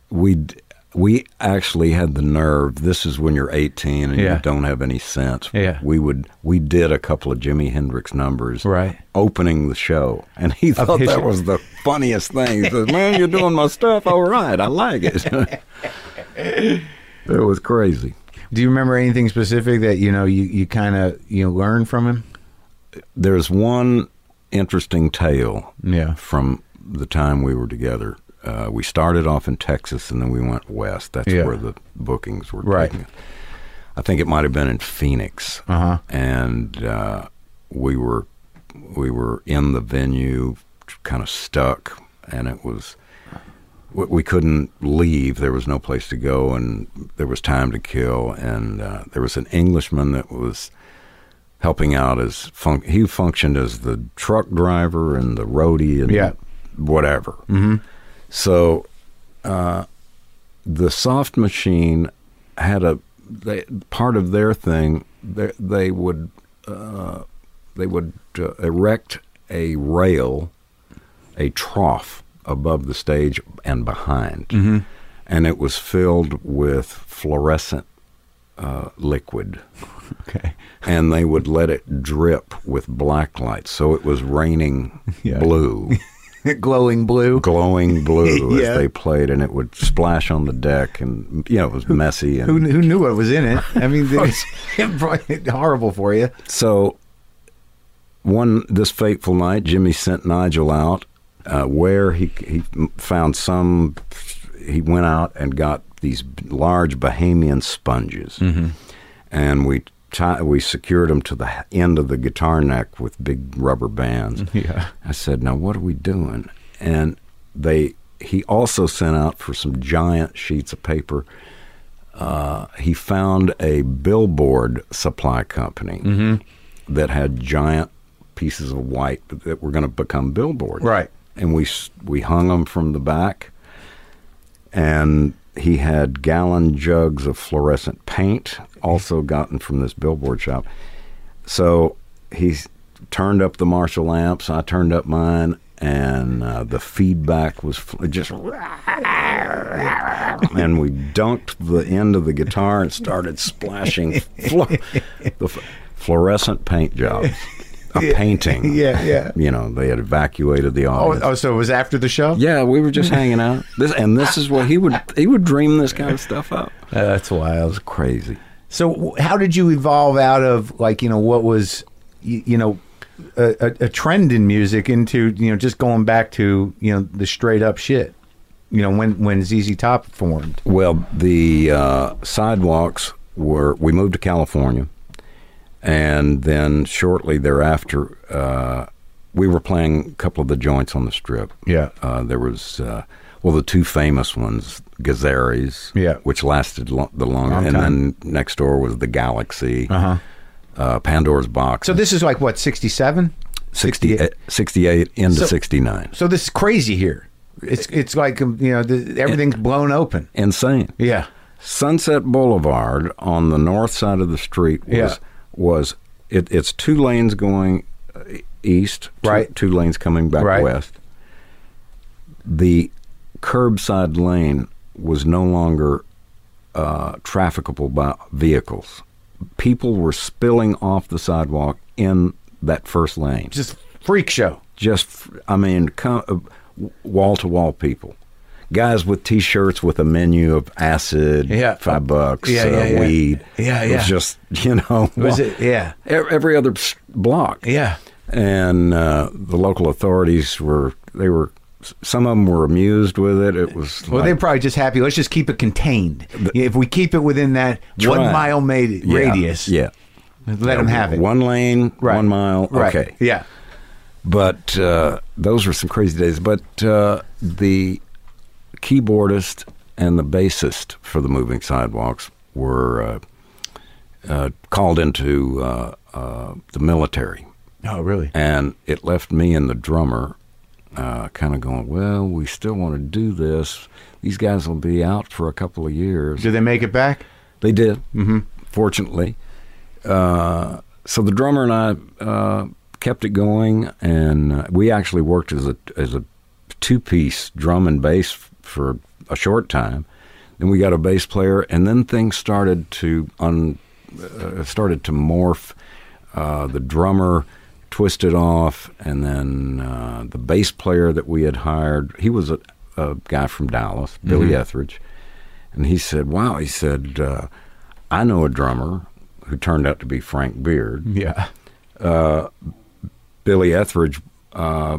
we we actually had the nerve. This is when you're 18 and
Yeah.
you don't have any sense.
Yeah.
we would we did a couple of Jimi Hendrix numbers.
Right.
opening the show, and he thought
his-
that was the funniest thing. He says, "Man, you're doing my stuff. All right, I like it." it was crazy.
Do you remember anything specific that you know you, you kind of you learned from him?
There's one interesting tale
Yeah.
from the time we were together. Uh, we started off in Texas and then we went west. That's
Yeah.
where the bookings were
Right.
taken. I think it might have been in Phoenix,
Uh-huh.
and uh, we were we were in the venue, kind of stuck, and it was we, we couldn't leave. There was no place to go, and there was time to kill. And uh, there was an Englishman that was helping out as fun- he functioned as the truck driver and the roadie and
Yeah.
whatever.
Mhm.
So uh, the soft machine had a they, part of their thing. They, they would uh, they would uh, erect a rail, a trough above the stage and behind, and it was filled with fluorescent uh, liquid,
Okay.
and they would let it drip with black light, so it was raining
Yeah.
blue
Glowing blue.
glowing blue
Yeah.
as they played, and it would splash on the deck, and you know it was messy.
Who,
And
who knew what was in it? I mean, it's horrible for you.
so, one this fateful night, Jimmy sent Nigel out uh, where he he found some. He went out and got these large Bahamian sponges, and we. ti we secured them to the h- end of the guitar neck with big rubber bands.
Yeah.
I said, "Now what are we doing?" And they he also sent out for some giant sheets of paper. Uh, he found a billboard supply company that had giant pieces of white that were going to become billboards.
Right.
and we s- we hung them from the back, and he had gallon jugs of fluorescent paint, also gotten from this billboard shop. So he s- turned up the Marshall lamps. I turned up mine, and uh, the feedback was fl- just. and we dunked the end of the guitar and started splashing flu- the f- fluorescent paint jobs, a painting.
Yeah, yeah.
You know, they had evacuated the
Oh,
audience.
oh, so it was after the show?
Yeah, we were just hanging out. This and this is what he would he would dream this kind of stuff up.
Uh, that's wild.
Crazy.
So, w- how did you evolve out of like you know what was you, you know a, a, a trend in music into you know just going back to you know the straight up shit? You know when when ZZ Top formed.
Well, the uh, sidewalks were. We moved to California, and then shortly thereafter, uh, we were playing a couple of the joints on the strip.
Yeah.
uh, there was uh, well the two famous ones, Gazzaris,
Yeah.
which lasted lo- the long,
Long
and
time.
then next door was the Galaxy,
Uh huh.
uh, Pandora's Box.
So this is like what sixty seven.
68, 68 into
So-
sixty nine,
So this is crazy here. It's it's like um, you know the, everything's blown open.
insane.
Yeah.
Sunset Boulevard on the north side of the street was
Yeah.
was it, it's two lanes going uh, east, two,
Right.
Two lanes coming back
Right.
west. The curbside lane was no longer uh, trafficable by vehicles. People were spilling off the sidewalk in that first lane
Just freak show.
just I mean, wall to wall people, guys with T-shirts with a menu of acid,
Yeah.
five bucks,
Yeah,
uh,
yeah, yeah.
weed,
Yeah,
It
yeah.
was just you know,
Was it? Yeah.
e- every other s- block,
Yeah.
and uh, the local authorities were they were some of them were amused with it. It was
Well,
like,
they're probably just happy. Let's just keep it contained. if we keep it within that one
Try.
mile made
yeah,
radius,
yeah.
let them have it.
One lane,
Right.
one mile.
Right.
Okay.
Yeah.
but uh, those were some crazy days. But uh, the keyboardist and the bassist for the Moving Sidewalks were uh, uh, called into uh, uh, the military,
Oh, really?
and it left me and the drummer uh, kind of going, well, we still want to do this. These guys will be out for a couple of years.
Did they make it back?
They did, mm-hmm. fortunately. Uh, so the drummer and I uh, kept it going, and uh, we actually worked as a as a two piece drum and bass f- for a short time. Then we got a bass player, and then things started to un uh, started to morph. Uh, the drummer twisted off, and then uh, the bass player that we had hired, he was a, a guy from Dallas, Billy Etheridge. And he said, Wow, he said, uh, I know a drummer who turned out to be Frank Beard.
Yeah.
Billy Etheridge uh,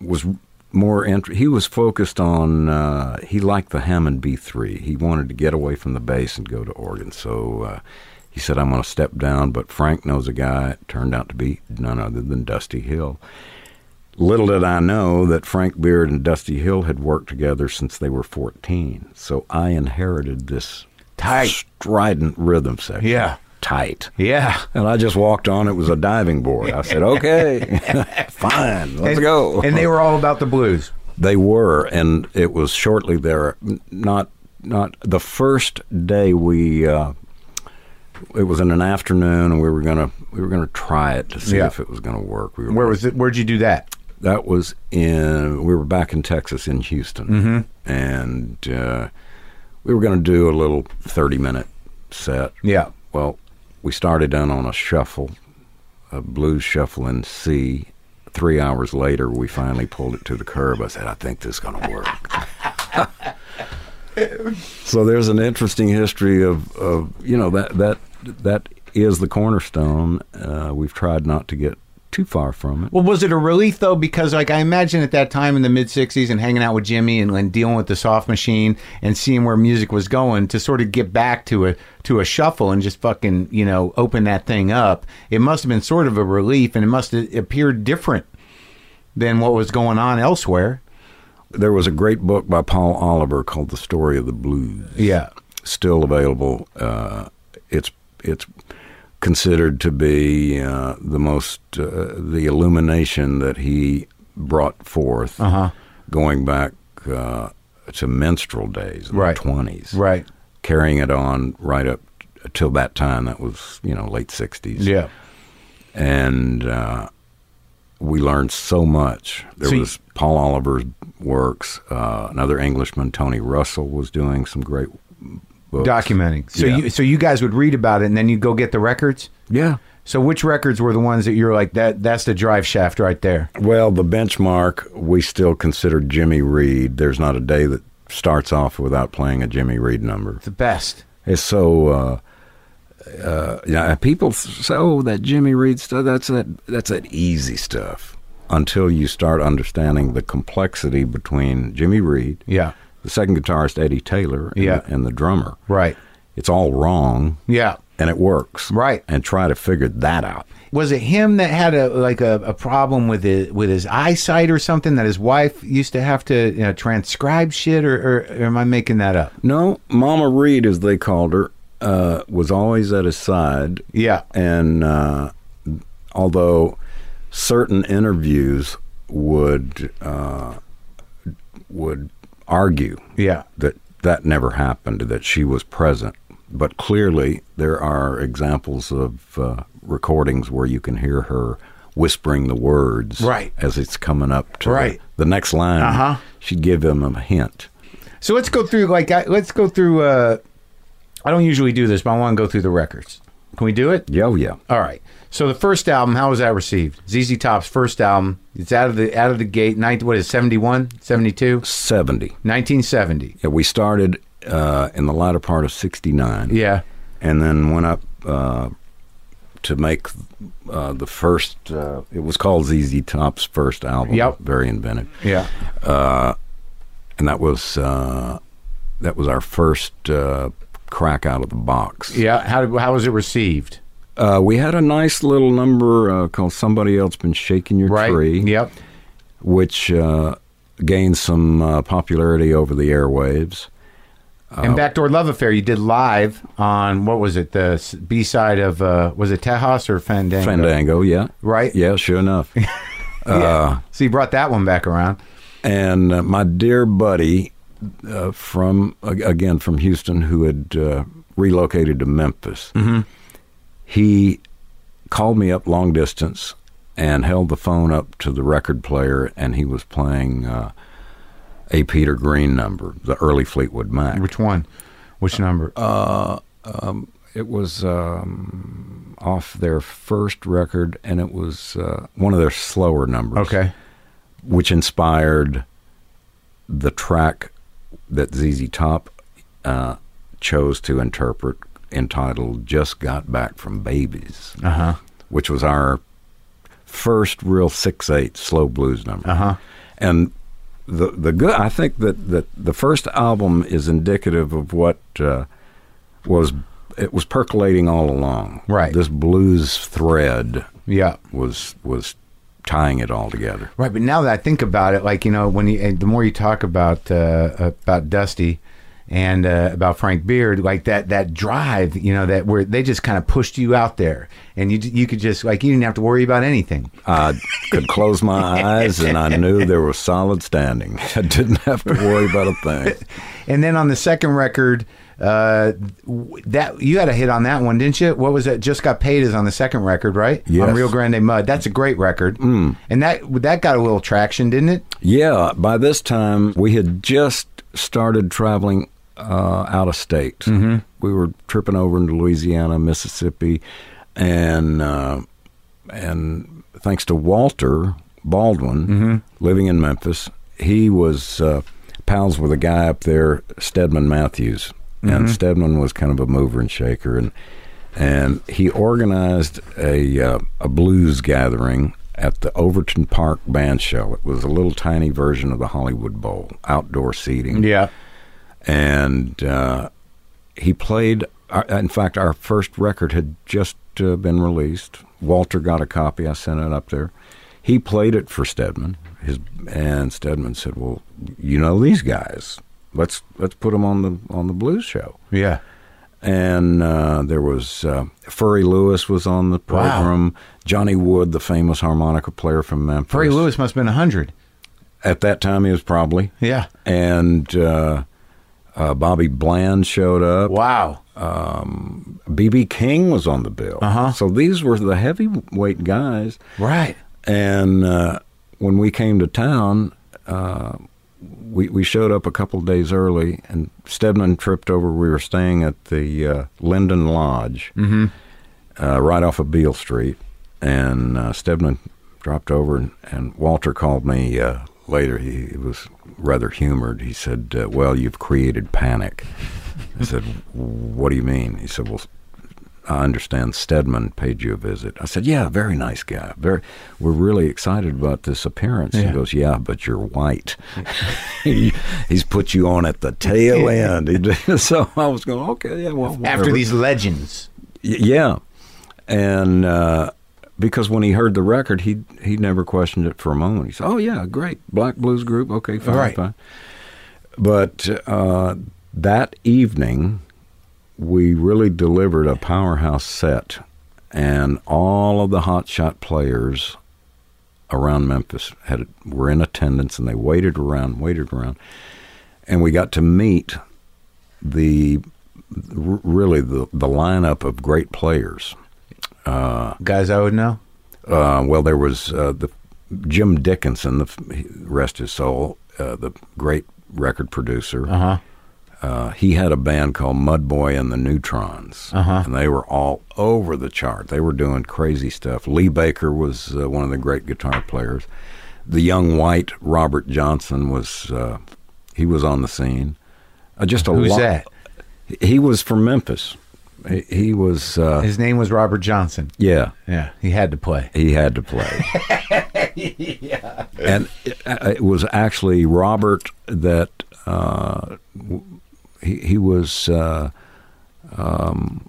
was more, int- he was focused on, uh, he liked the Hammond B3. He wanted to get away from the bass and go to organ. So uh, he said, I'm going to step down, but Frank knows a guy. It turned out to be none other than Dusty Hill. Little did I know that Frank Beard and Dusty Hill had worked together since they were 14. So I inherited this
Tight.
strident rhythm section.
Yeah.
Tight.
Yeah.
And I just walked on. It was a diving board. I said, okay, fine, let's
And-
go.
And they were all about the blues.
They were, and it was shortly there. n- Not, not the first day we. Uh, it was in an afternoon, and we were gonna we were gonna try it to see
Yeah.
if it was gonna work. We were
Where was it? Where'd you do that?
that was in we were back in Texas in Houston,
Mm-hmm.
and uh, we were going to do a little thirty minute set.
Yeah.
Well, we started down on a shuffle, a blues shuffle in C. Three hours later, we finally pulled it to the curb. I said, "I think this is going to work." so there's an interesting history of, of you know that that that is the cornerstone. Uh, we've tried not to get too far from it.
Well, was it a relief though? Because like I imagine at that time in the mid '60s and hanging out with Jimmy and, and dealing with the soft machine and seeing where music was going to sort of get back to a to a shuffle and just fucking you know open that thing up. It must have been sort of a relief, and it must have appeared different than what was going on elsewhere.
there was a great book by Paul Oliver called "The Story of the Blues."
Yeah.
still available. Uh, it's it's considered to be uh, the most uh, the illumination that he brought forth,
Uh-huh.
going back uh, to minstrel days, in
Right.
the twenties,
Right.
carrying it on right up till that time. That was you know late sixties,
Yeah.
and uh, we learned so much. There
So you-
was Paul Oliver's works. Uh, another Englishman, Tony Russell, was doing some great books.
Documenting. So
Yeah.
you so you guys would read about it and then you go get the records.
yeah.
So which records were the ones that you're like that? That's the drive shaft right there.
Well, the benchmark we still consider Jimmy Reed. There's not a day that starts off without playing a Jimmy Reed number.
The best.
It's so. Uh, uh, yeah, people say, "Oh, that Jimmy Reed stuff. That's that. That's that easy stuff." Until you start understanding the complexity between Jimmy Reed,
Yeah.
the second guitarist Eddie Taylor and,
Yeah.
the, and the drummer.
Right.
It's all wrong
Yeah.
and it works.
Right.
And try to figure that out.
Was it him that had a like a, a problem with his, with his eyesight or something that his wife used to have to you know, transcribe shit or, or, or am I making that up?
No, Mama Reed, as they called her, uh, was always at his side.
Yeah.
And uh, although certain interviews would uh, would argue
Yeah.
that that never happened, that she was present. But clearly, there are examples of uh, recordings where you can hear her whispering the words
Right.
as it's coming up to the-
Right.
the, next line.
Uh-huh.
She'd give him a hint.
So let's go through like I, let's go through uh I don't usually do this, but I want to go through the records. Can we do it?
Yo, yeah.
All right. So the first album, how was that received? ZZ Top's first album. It's out of the out of the gate. 90, what is it, 71, 72,
70.
1970.
Yeah, we started uh, in the latter part of 69.
Yeah.
and then went up uh, to make uh, the first. Uh, it was called ZZ Top's first album.
Yep.
very inventive,
Yeah.
and that was uh, that was our first uh, crack out of the box.
Yeah. How did, how was it received?
Uh, we had a nice little number uh, called "Somebody Else Been Shaking Your
Right.
Tree,"
Yep.
which uh, gained some uh, popularity over the airwaves.
and Backdoor Love Affair, you did live on what was it? The B side of uh, was it Tejas or Fandango?
Fandango, yeah.
Right?
Yeah, sure enough. Uh,
Yeah. so you brought that one back around.
and uh, my dear buddy uh, from ag- again from Houston, who had uh, relocated to Memphis, he called me up long distance and held the phone up to the record player, and he was playing uh, a Peter Green number, the early Fleetwood Mac.
Which one? Which number?
It was um, off their first record, and it was uh, one of their slower numbers.
okay.
which inspired the track that ZZ Top uh, chose to interpret, entitled "Just Got Back from Babies,"
Uh huh.
which was our first real six eight slow blues number.
Uh-huh.
And the the good, I think that that the first album is indicative of what uh, was it was percolating all along.
Right.
this blues thread
Yeah.
was was tying it all together.
Right, but now that I think about it, like you know, when you, and the more you talk about uh, about Dusty and uh, about Frank Beard, like that that drive, you know, that where they just kind of pushed you out there, and you you could just like you didn't have to worry about anything.
I could close my eyes and I knew there was solid standing. I didn't have to worry about a thing.
And then on the second record, uh, w- that you had a hit on that one, didn't you? What was that? Just got paid is on the second record, right?
Yes.
On Rio Grande Mud, that's a great record, mm. and that that got a little traction, didn't it?
Yeah, by this time we had just started traveling uh, out of state. Mm-hmm. We were tripping over into Louisiana, Mississippi, and uh, and thanks to Walter Baldwin, living in Memphis, he was uh, pals with a guy up there, Stedman Matthews, and Stedman was kind of a mover and shaker, and and he organized a uh, a blues gathering at the Overton Park Band Shell. It was a little tiny version of the Hollywood Bowl, outdoor seating
Yeah.
and uh, he played. our- In fact, our first record had just uh, been released. Walter got a copy. I sent it up there. He played it for Stedman. His and Stedman said, "Well, you know these guys. Let's let's put them on the on the blues show."
Yeah.
And uh, there was uh, Furry Lewis was on the program. Johnny Wood, the famous harmonica player from Memphis.
Furry Lewis must have been hundred.
At that time, he was probably.
Yeah.
And uh, uh, Bobby Bland showed up.
Wow.
BB King was on the bill.
Uh-huh.
So these were the heavyweight guys.
Right.
And uh, when we came to town, uh, we, we showed up a couple of days early, and Stedman tripped over. We were staying at the uh, Linden Lodge, uh, right off of Beale Street. And uh, Stedman dropped over, and, and Walter called me uh, later. He, he was rather humored. He said, uh, Well, you've created panic. I said, What do you mean? He said, Well, I understand Stedman paid you a visit. I said, Yeah, very nice guy. Very, we're really excited about this appearance. He
Yeah.
goes, Yeah, but you're white. he, he's put you on at the tail end. He did- so I was going, Okay, yeah, well,
After
whatever."
these legends.
Y- yeah, and uh, because when he heard the record, he he never questioned it for a moment. He said, "Oh yeah, great black blues group. Okay, fine,
Right.
fine." But uh, that evening, we really delivered a powerhouse set, and all of the hotshot players around Memphis had were in attendance, and they waited around, waited around, and we got to meet the r- really the the lineup of great players.
Guys I would know.
Uh, well, there was uh, the Jim Dickinson, the f- rest his soul, uh, the great record producer.
Uh-huh.
Uh, he had a band called Mudboy and the Neutrons,
Uh-huh.
and they were all over the chart. They were doing crazy stuff. Lee Baker was uh, one of the great guitar players. The young white Robert Johnson was uh, he was on the scene. Uh, just a
Who's
lot.
that?
He was from Memphis. He, he was uh,
His name was Robert Johnson.
yeah.
Yeah, he had to play.
He had to play. And it, uh, it was actually Robert that uh, w- he, he was uh, um,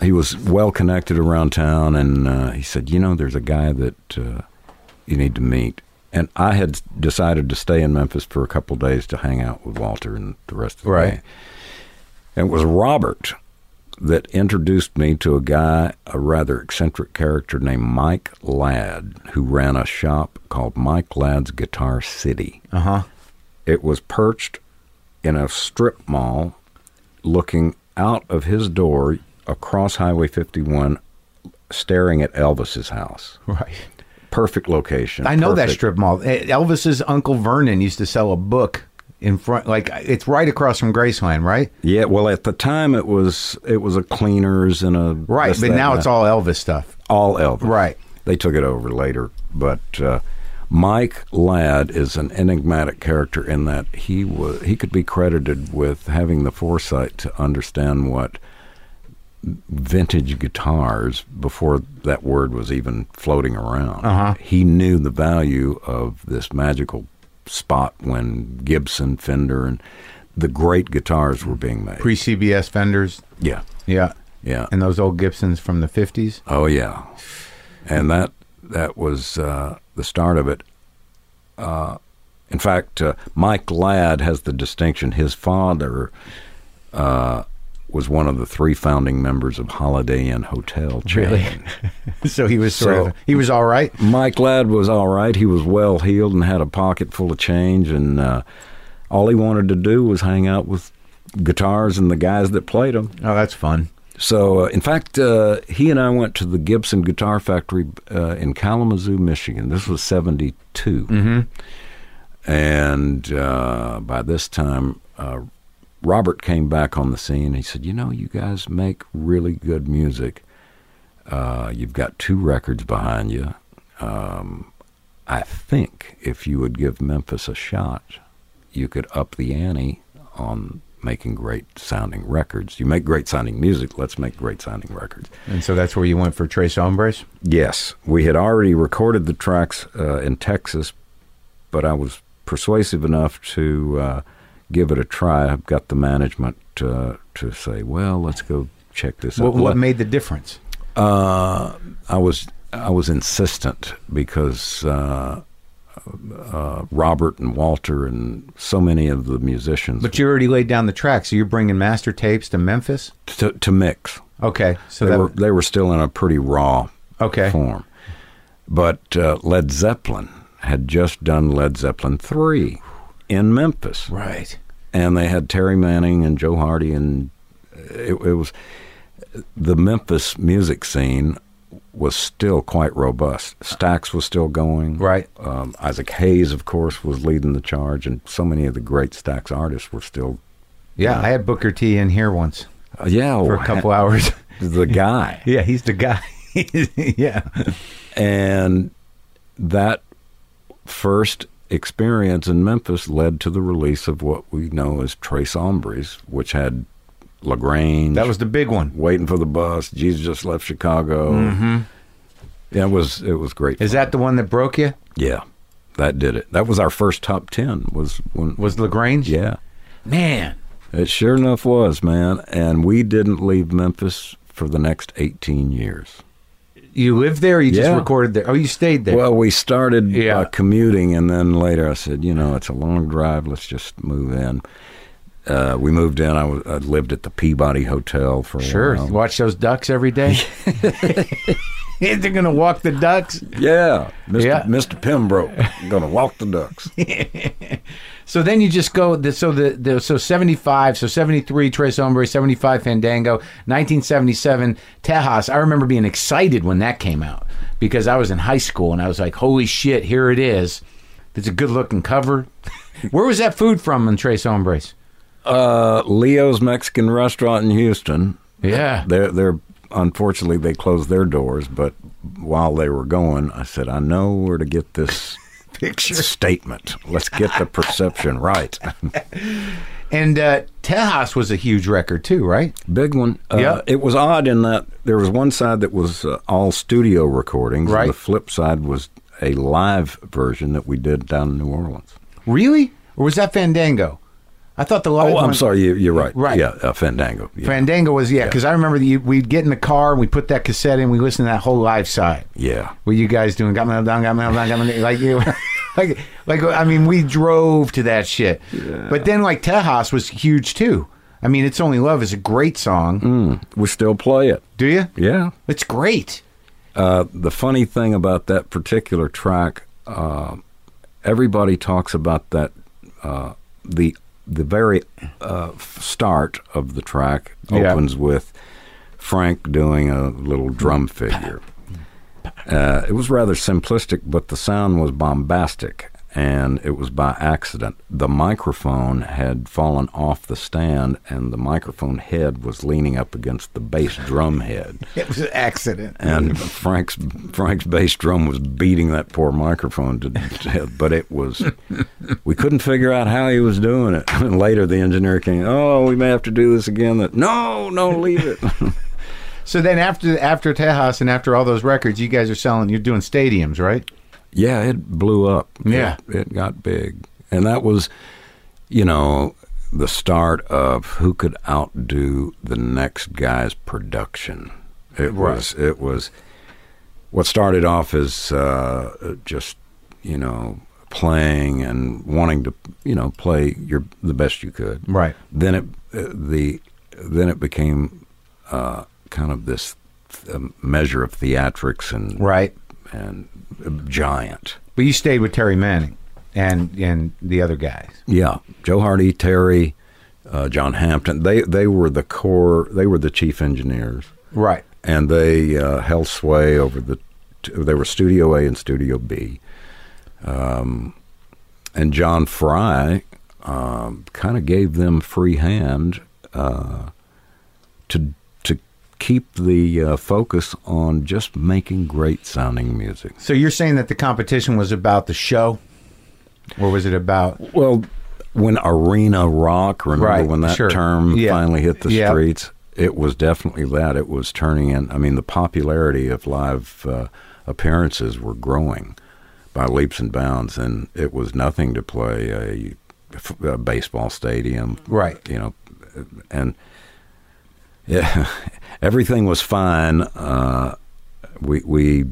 he was well connected around town, and uh, he said, "You know, there's a guy that uh, you need to meet." And I had decided to stay in Memphis for a couple days to hang out with Walter and the rest of the
Right.
band. And it was Robert that introduced me to a guy, a rather eccentric character named Mike Ladd, who ran a shop called Mike Ladd's Guitar City.
Uh huh.
It was perched in a strip mall looking out of his door across Highway 51, staring at Elvis's house.
Right.
Perfect location.
I know that
perfect-
strip mall. Eh, Elvis's uncle Vernon used to sell a book in front, like it's right across from Graceland, right?
Yeah, well, at the time it was it was a cleaners and a
Right.
this,
but
that,
now
and
it's
that.
all Elvis stuff.
all Elvis.
Right.
They took it over later, but uh, Mike Ladd is an enigmatic character in that he was he could be credited with having the foresight to understand what vintage guitars before that word was even floating around.
Uh-huh.
He knew the value of this magical spot when Gibson, Fender, and the great guitars were being made.
Pre CBS vendors.
yeah,
Yeah.
yeah.
And those old Gibsons from the 50s.
Oh yeah, and that that was uh, the start of it. Uh, in fact, uh, Mike Ladd has the distinction. His father uh, was one of the three founding members of Holiday Inn hotel chain.
so he was sort
So-
of, he was all right.
Mike Ladd was all right. He was well heeled and had a pocket full of change, and uh, all he wanted to do was hang out with guitars and the guys that played them.
Oh, that's fun.
So, uh, in fact, uh, he and I went to the Gibson Guitar Factory uh, in Kalamazoo, Michigan. This was 72. And uh, by this time, uh, Robert came back on the scene. He said, You know, you guys make really good music. Uh, you've got two records behind you. Um, I think if you would give Memphis a shot, you could up the ante on making great sounding records. You make great sounding music, let's make great sounding records.
And so that's where you went for Trace Hombres?
Yes, we had already recorded the tracks uh, in Texas, but I was persuasive enough to uh, give it a try. I've got the management uh, to say, well, let's go check this out.
What, what made the difference?
Uh, I was I was insistent because uh, uh, Robert and Walter and so many of the musicians
But you already laid down the track, so you're bringing master tapes to Memphis?
to, to mix.
Okay. So
they
that
were they were still in a pretty raw
Okay.
form. But uh, Led Zeppelin had just done Led Zeppelin three in Memphis,
Right.
and they had Terry Manning and Joe Hardy, and uh, it, it was the Memphis music scene was still quite robust. Stax was still going,
Right.
Um, Isaac Hayes, of course, was leading the charge, and so many of the great Stax artists were still,
Yeah, I had Booker T in here once
uh, yeah,
for a couple hours.
the guy.
yeah, he's the guy. yeah.
And that first experience in Memphis led to the release of what we know as Trace Ombres, which had LaGrange,
That was the big one.
Waiting for the Bus, Jesus Just Left Chicago. Yeah, it was it was great.
Mm-hmm. Is
fun.
that the one that broke you?
yeah? That did it. That was our first top ten. Was when
Was Lagrange?
yeah.
Man.
It sure enough was man, and we didn't leave Memphis for the next eighteen years.
You lived there or you just
Yeah.
recorded there? Oh, you stayed there.
Well, we started
Yeah.
uh, commuting, and then later I said, you know, it's a long drive. Let's just move in. Uh, we moved in. I was- I lived at the Peabody Hotel for a
sure.
while.
You watch those ducks every day? They're going to walk the ducks.
Yeah, Mr.
Yeah.
Mr. Pembroke, gonna walk the ducks.
So then you just go the, so the, the so 75 so 73 Trace Ombre 75 Fandango 1977 Tejas I remember being excited when that came out because I was in high school and I was like holy shit here it is it's a good looking cover where was that food from in Trace Ombres
Uh, Leo's Mexican Restaurant in Houston.
yeah
They're they're unfortunately they closed their doors, but while they were going, I said, I know where to get this picture statement. Let's get the perception right.
and uh, Tejas was a huge record too right
Big one. Uh,
Yeah.
It was odd in that there was one side that was uh, all studio recordings,
Right.
and the flip side was a live version that we did down in New Orleans.
really or was that Fandango I thought the live
Oh, I'm
one-
sorry. You, you're right.
Right.
Yeah, uh, Fandango. Yeah.
Fandango was yeah because I remember that you, we'd get in the car and we put that cassette in we listened to that whole live side
yeah.
what you guys doing? Got me down, got me down, got me down. Like you, like like I mean, we drove to that shit. But then like Tejas was huge too. I mean, It's Only Love is a great song.
Hmm. We still play it.
Do you?
Yeah.
It's great.
Uh, the funny thing about that particular track, uh, everybody talks about that uh, the the very uh, f- start of the track
Yeah.
opens with Frank doing a little drum figure. Uh, it was rather simplistic, but the sound was bombastic, and it was by accident. The microphone had fallen off the stand, and the microphone head was leaning up against the bass drum head
It was an accident.
and Frank's Frank's bass drum was beating that poor microphone to death. But it was we couldn't figure out how he was doing it. And later, the engineer came. Oh, we may have to do this again. That no, no, leave it.
So then after after Tejas and after all those records, you guys are selling. You're doing stadiums, right?
yeah, it blew up.
Yeah.
it, it got big, and that was, you know, the start of who could outdo the next guy's production. It
Right.
was it was what started off as uh, just you know playing and wanting to you know play your the best you could.
Right.
Then it uh, the then it became uh, kind of this um, measure of theatrics and
Right.
and uh, giant.
But you stayed with Terry Manning and and the other guys.
Yeah, Joe Hardy, Terry, uh, John Hampton. They they were the core. They were the chief engineers,
Right.
and they uh, held sway over the. T- they were Studio A and Studio B. Um, and John Fry um, kind of gave them free hand uh, to to keep the uh, focus on just making great sounding music.
So you're saying that the competition was about the show, or was it about?
Well, when arena rock, remember
Right,
when that
sure.
term
Yeah.
finally hit the
Yeah.
streets? It was definitely that. It was turning in. I mean, the popularity of live uh, appearances were growing by leaps and bounds, and it was nothing to play a, f- a baseball stadium,
Right.
You know, and yeah, everything was fine. Uh, we we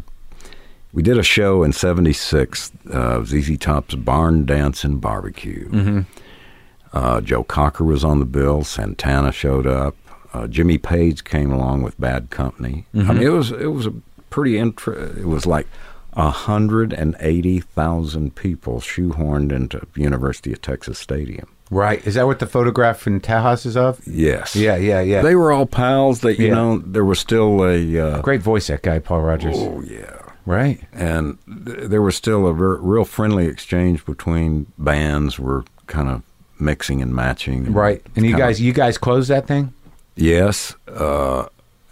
we did a show in '76, uh, ZZ Top's Barn Dance and Barbecue. Uh, Joe Cocker was on the bill. Santana showed up. Uh, Jimmy Page came along with Bad Company. I
Mm-hmm.
mean, it was it was a pretty intre- It was like hundred and eighty thousand people shoehorned into University of Texas Stadium.
Right. Is that what the photograph in Tejas is of?
Yes.
Yeah. Yeah. Yeah.
They were all pals. That you
Yeah.
know, there was still a. Uh,
Great voice, that guy, Paul Rogers.
oh yeah.
Right.
and th- there was still a ver- real friendly exchange between bands. We're kind of mixing and matching. and
Right. And you
kinda-
guys, you guys closed that thing.
yes, uh,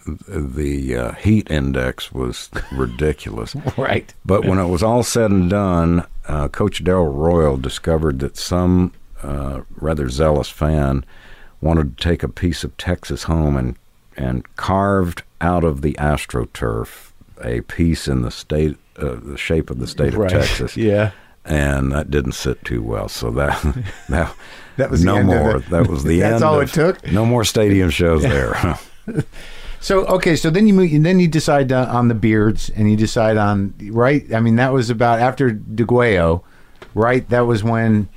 th- the uh, heat index was ridiculous.
Right.
But when it was all said and done, uh, Coach Daryl Royal discovered that some uh, rather zealous fan wanted to take a piece of Texas home and and carved out of the astroturf a piece in the state, uh, the shape of the state
Right.
of Texas
Yeah.
and that didn't sit too well. So that that,
That was the
no
end of
more.
it.
That was the
That's
end.
all
of-
it took?
No more stadium shows there.
So okay, so then you move, and then you decide uh, on the beards, and you decide on right. I mean, that was about after DeGuayo, right? That was when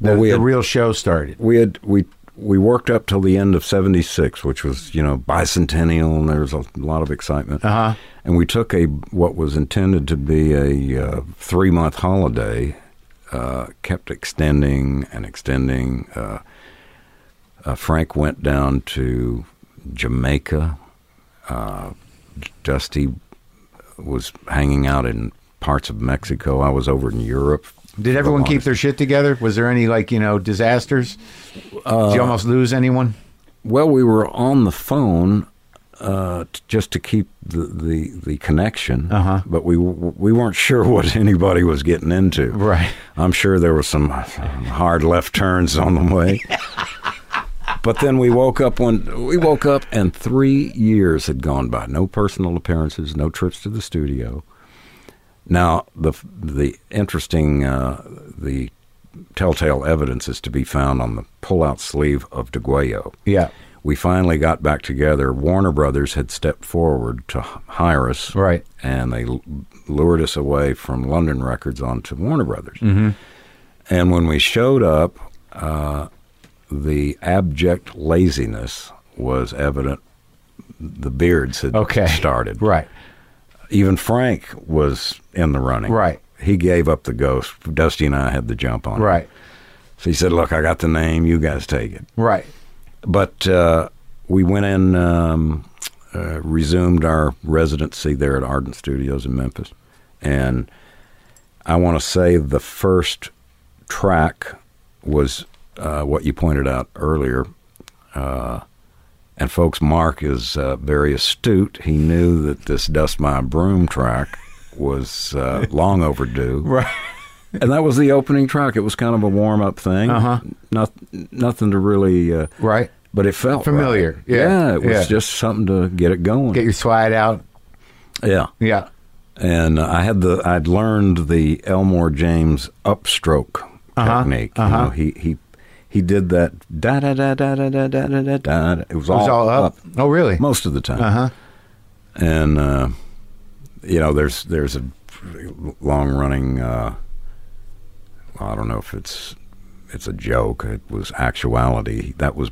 the,
Well, we
the
had-
real show started.
we had we we worked up till the end of '76, which was you know bicentennial, and there was a lot of excitement.
Uh-huh.
And we took a what was intended to be a uh, three month holiday, uh, kept extending and extending. Uh, uh, Frank went down to Jamaica. Uh, Dusty was hanging out in parts of Mexico. I was over in Europe.
Did everyone keep their shit together? Was there any like you know disasters?
Uh,
Did you almost lose anyone?
Well, we were on the phone uh, t- just to keep the the, the connection,
Uh-huh.
but we w- we weren't sure what anybody was getting into.
Right.
I'm sure there were some uh, hard left turns on the way. But then we woke up one. We woke up, and three years had gone by. No personal appearances, no trips to the studio. Now the f- the interesting uh, the telltale evidence is to be found on the pull-out sleeve of DeGuayo
Yeah.
we finally got back together. Warner Brothers had stepped forward to h- hire us,
Right.
And they l- lured us away from London Records onto Warner Brothers. Mm-hmm. And when we showed up, uh, the abject laziness was evident. The beards had
Okay.
started.
Right.
Even Frank was in the running.
Right.
He gave up the ghost. Dusty and I had the jump on. it.
Right.
So he said, "Look, I got the name. You guys take it."
Right.
But uh, we went in, um, uh, resumed our residency there at Ardent Studios in Memphis, and I want to say the first track was uh, what you pointed out earlier. Uh, and folks, Mark is uh, very astute. He knew that this "Dust My Broom" track was uh, long overdue.
Right.
And that was the opening track. It was kind of a warm up thing.
Uh-huh.
Not, nothing to really, uh,
Right.
but it felt
Familiar.
right.
Yeah.
Yeah. It was
Yeah.
just something to get it going.
Get your slide out.
yeah.
Yeah.
And uh, I had the, I'd learned the Elmore James upstroke
Uh-huh.
technique. You know, he, he, he did that da da da da da da da da da da. It was
It
all,
was all up. Oh, really?
most of the time.
Uh huh.
and uh, you know there's there's a long running uh, I don't know if it's it's a joke it was actuality that was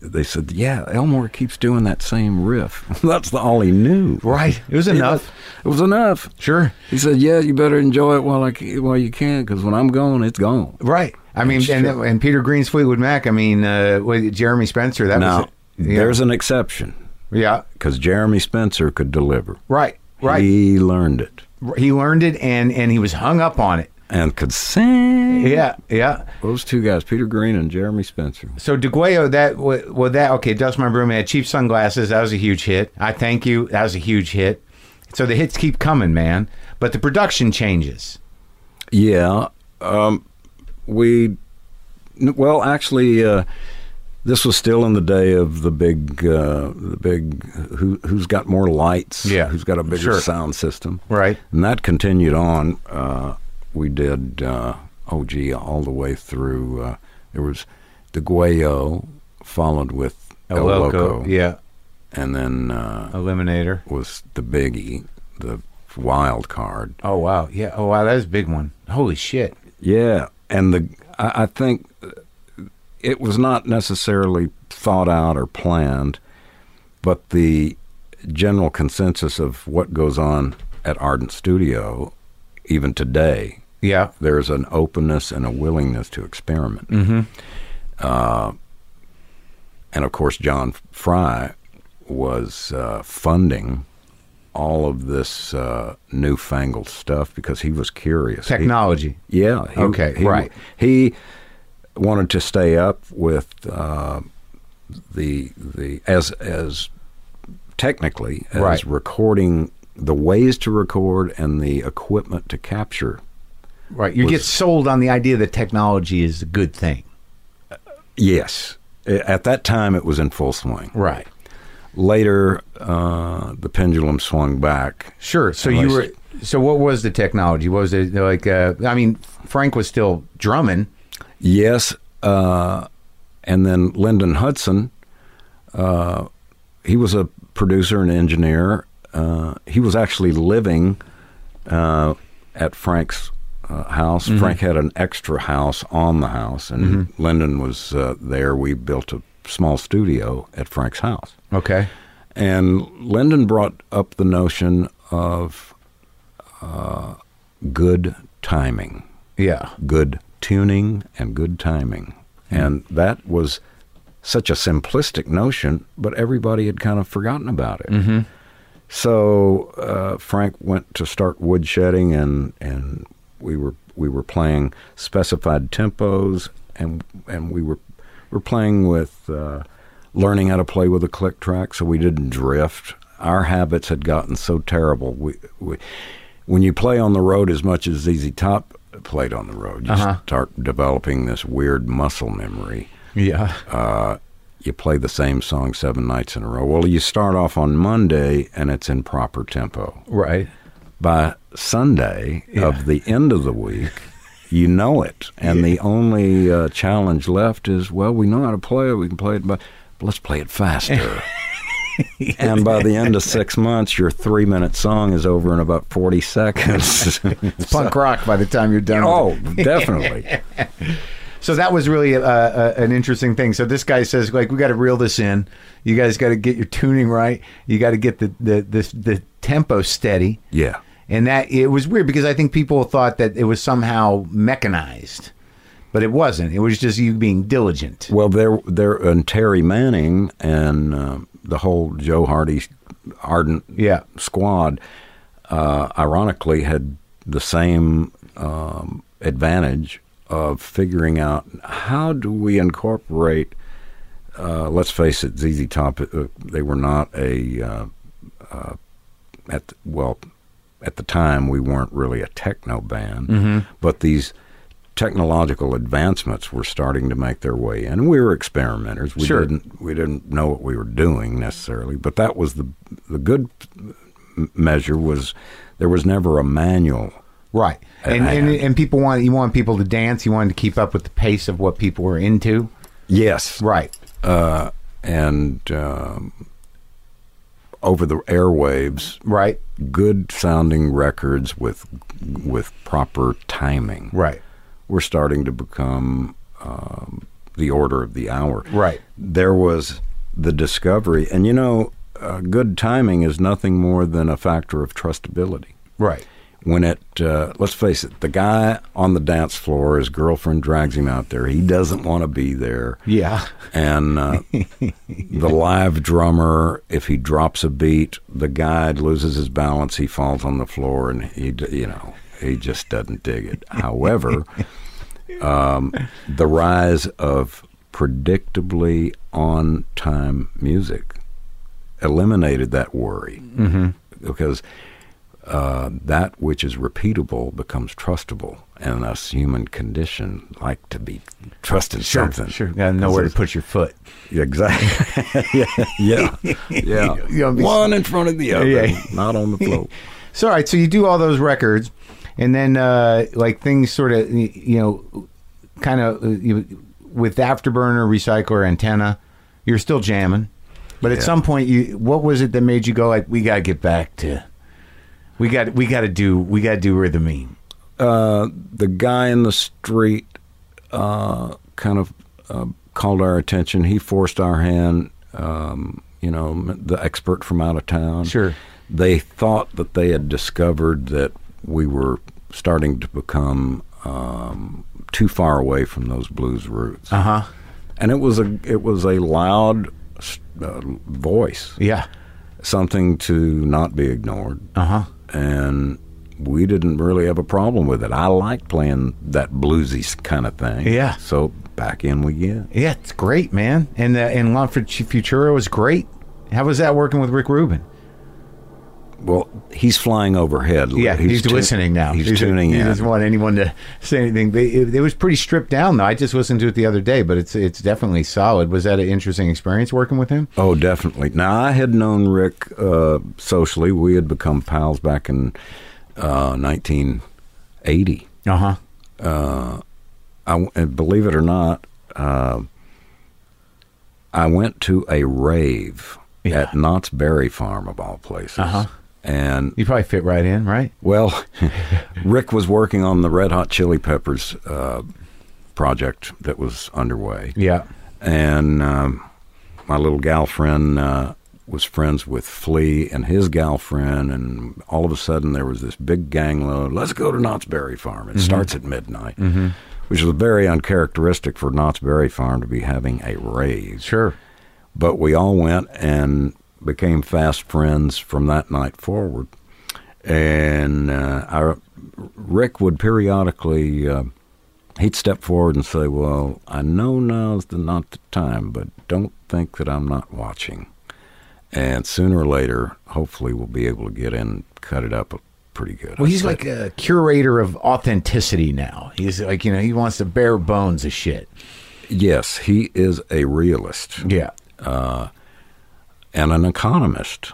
they said yeah Elmore keeps doing that same riff that's the, all he knew
Right. It was
You know,
enough.
it was enough
Sure.
he said yeah you better enjoy it while I c- while you can because when I'm gone it's gone
Right. I mean,
That's
and,
true.
and Peter Green's Fleetwood Mac. I mean, uh, with Jeremy Spencer. That
now
was it. yeah.
there's an exception
yeah.
because Jeremy Spencer could deliver
Right. Right. He,
he learned it
learned it and and he was hung up on it.
and could sing
Yeah. Yeah.
Those two guys, Peter Green and Jeremy Spencer.
So DeGuayo, that wa- well, that okay. Dust my broom. Had cheap sunglasses. That was a huge hit. I thank you. That was a huge hit. So the hits keep coming, man. But the production changes.
Yeah, um, we. n- Well, actually, uh, this was still in the day of the big, uh, the big. Who, who's got more lights?
Yeah,
who's got a bigger
sure.
sound system?
Right.
And that continued on. Uh, we did. Uh, oh, gee, all the way through. Uh, there was DeGuayo, followed with El, Loco,
Yeah.
and then uh,
Eliminator.
was the biggie, the wild card.
Oh wow. Yeah. Oh wow. That was a big one. Holy shit.
Yeah, and the I, I think it was not necessarily thought out or planned, but the general consensus of what goes on at Ardent Studio, even today,
Yeah.
there's an openness and a willingness to experiment. Mm-hmm. Uh, and of course, John Fry was uh, funding all of this uh, newfangled stuff because he was curious. He-
Technology.
yeah. He,
Okay,
he-
right.
He wanted to stay up with uh, the the as as technically as
Right.
recording the ways to record and the equipment to capture.
right. You
was-
get sold on the idea that technology is a good thing.
Yes. A- At that time, it was in full swing.
Right.
Later, uh, the pendulum swung back.
Sure. So
At
you were.
least-
So what was the technology? What was it like? Uh, I mean, Frank was still drumming.
Yes, uh, and then Lyndon Hudson, uh, he was a producer and engineer. Uh, he was actually living uh, at Frank's uh, house. Frank had an extra house on the house, and Lyndon was uh, there. We built a small studio at Frank's house.
Okay.
And Lyndon brought up the notion of uh, good timing
Yeah.
good tuning and good timing. And that was such a simplistic notion, but everybody had kind of forgotten about it. So uh, Frank went to start woodshedding, and and we were we were playing specified tempos, and and we were were playing with uh, learning how to play with a click track, so we didn't drift. Our habits had gotten so terrible. We, we when you play on the road as much as ZZ Top played on the road, you
Uh-huh.
start developing this weird muscle memory
Yeah.
uh, you play the same song seven nights in a row. Well, you start off on Monday and it's in proper tempo.
Right.
By Sunday
Yeah.
of the end of the week, you know it. And the only uh, challenge left is well, we know how to play it. We can play it, but let's play it faster. and by the end of six months, your three minute song is over in about 40 seconds.
It's punk rock by the time you're done. with
oh,
it.
definitely.
So that was really uh uh an interesting thing. So this guy says, like, we got to reel this in. You guys got to get your tuning right. You got to get the the, the the tempo steady.
Yeah.
And that it was weird because I think people thought that it was somehow mechanized, but it wasn't. It was just you being diligent.
Well, there, there, and Terry Manning and um the whole Joe Hardy ardent
Yeah.
squad, uh, ironically, had the same um, advantage of figuring out how do we incorporate. Uh, let's face it, ZZ Top. Uh, they were not a uh, uh, at well at the time we weren't really a techno band, but these technological advancements were starting to make their way in. And we were experimenters. We
Sure.
didn't we didn't know what we were doing necessarily, but that was the the good m- measure was there was never a manual.
Right. And, and
And-
and people want you want people to dance. You wanted to keep up with the pace of what people were into.
Yes,
Right.
Uh, and um, over the airwaves,
Right.
good sounding records with with proper timing.
Right.
were starting to become um, the order of the hour.
Right.
There was the discovery, and you know, uh, good timing is nothing more than a factor of trustability.
Right.
When it, uh, let's face it, the guy on the dance floor, his girlfriend drags him out there. He doesn't want to be there.
Yeah.
And uh, the live drummer, if he drops a beat, the guy loses his balance. He falls on the floor, and he, d- you know, he just doesn't dig it. However, um, the rise of predictably on-time music eliminated that worry
Mm-hmm.
because uh, that which is repeatable becomes trustable, and us human condition like to be trusted
Sure.
something.
Sure. Got to know where to put your foot.
Exactly. yeah. Yeah. yeah.
You don't be-
One in front of the other,
Yeah.
not on the floor.
So, all right. So you do all those records, and then uh, like things sort of you know, kind of you, with afterburner, recycler, antenna, you're still jamming. But at
Yeah.
some point, you what was it that made you go like, we got to get back to, we got we got to do we got to do E." rhythmine.
Uh, the guy in the street uh, kind of uh, called our attention. He forced our hand, um, you know, the expert from out of town.
Sure.
They thought that they had discovered that we were starting to become um, too far away from those blues roots.
Uh huh.
and it was a it was a loud uh, voice,
Yeah.
something to not be ignored,
Uh huh.
and we didn't really have a problem with it. I like playing that bluesy kind of thing.
Yeah.
So back in we get.
Yeah, it's great, man. And uh, and Lomford Futura was great. How was that working with Rick Rubin?
Well, he's flying overhead.
Yeah, he's,
tu-
listening now.
He's, tuning
he
in.
doesn't want anyone to say anything. They, it, it was pretty stripped down, though. I just listened to it the other day, but it's it's definitely solid. Was that an interesting experience working with him?
Oh, definitely. Now, I had known Rick uh, socially. We had become pals back in uh, 1980.
Uh huh.
I, and believe it or not, uh, I went to a rave
Yeah.
at Knott's Berry Farm of all places.
Uh-huh.
And
You probably fit right in, right?
well, Rick was working on the Red Hot Chili Peppers uh, project that was underway,
Yeah.
and um, my little gal friend uh, was friends with Flea and his gal friend, and all of a sudden there was this big gang load. Let's go to Knott's Berry Farm. It starts at midnight, which was very uncharacteristic for Knott's Berry Farm to be having a rave.
Sure.
But we all went and became fast friends from that night forward. And uh, I, Rick would periodically, uh, he'd step forward and say, Well, I know now's the, not the time, but don't think that I'm not watching. And sooner or later, hopefully, we'll be able to get in, cut it up pretty good.
Well, he's like a curator of authenticity now. He's like, you know, he wants the bare bones of shit.
Yes, he is a realist.
Yeah.
and an economist.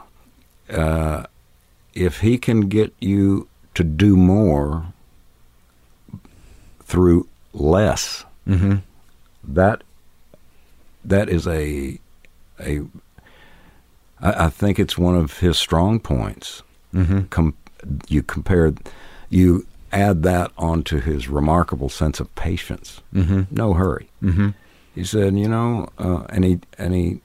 Uh, if he can get you to do more through less, that that is a a. I, I think it's one of his strong points. Com- you compare you add that onto his remarkable sense of patience. No hurry. He said, you know, uh, and he and he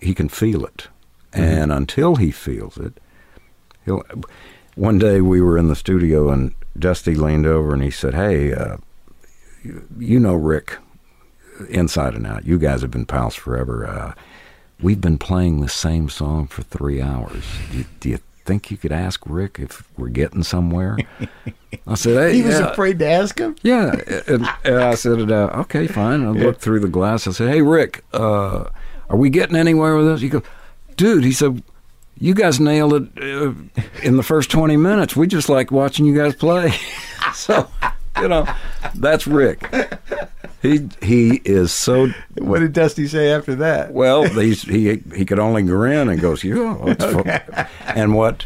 he can feel it,
Mm-hmm.
and until he feels it, he'll. One day we were in the studio and Dusty leaned over and he said, "Hey, uh, you, you know Rick, inside and out. You guys have been pals forever. Uh, we've been playing the same song for three hours. Do you, do you think you could ask Rick if we're getting somewhere?" I said, "Hey,
He was
yeah."
afraid to ask him.
Yeah, and, and I said, uh, okay, fine. I looked through the glass. I said, hey, Rick, uh, are we getting anywhere with this? He goes, dude, he said, you guys nailed it uh, in the first 20 minutes. We just like watching you guys play. so, you know, that's Rick. He he is so
What did Dusty say after that?
well, he's, he he could only grin and goes, "Yeah." that's fu-" And what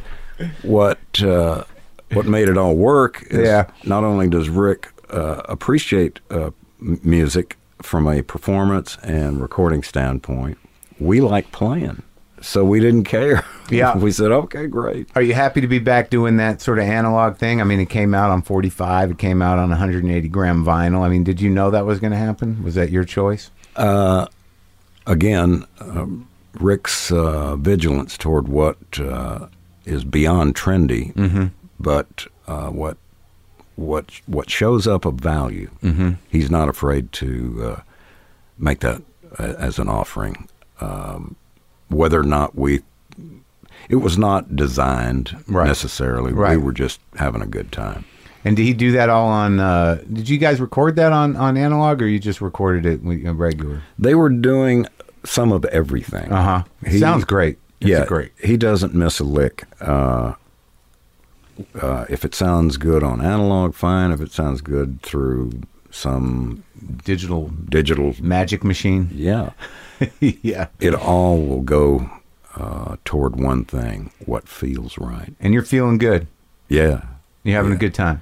what uh, what made it all work is
Yeah.
not only does Rick uh, appreciate uh, m- music from a performance and recording standpoint, we like playing, so we didn't care.
Yeah.
we said, "Okay, great."
Are you happy to be back doing that sort of analog thing? I mean, it came out on 45, it came out on 180 gram vinyl. I mean, did you know that was going to happen? Was that your choice?
again, um, Rick's uh, vigilance toward what uh, is beyond trendy,
Mm-hmm.
but uh, what what what shows up of value,
Mm-hmm.
he's not afraid to uh, make that a- as an offering, um, whether or not we. It was not designed
Right.
necessarily.
Right.
We were just having a good time.
And did he do that all on? Uh, did you guys record that on, on analog, or you just recorded it with- uh, regular?
They were doing some of everything.
Uh huh.
He-
Sounds great. It's
yeah,
great.
He doesn't miss a lick. Uh, uh, if it sounds good on analog, fine. If it sounds good through some
Digital
digital,
magic machine.
yeah,
yeah.
it all will go uh, toward one thing: what feels right.
And you're feeling good.
Yeah.
You're having a good time.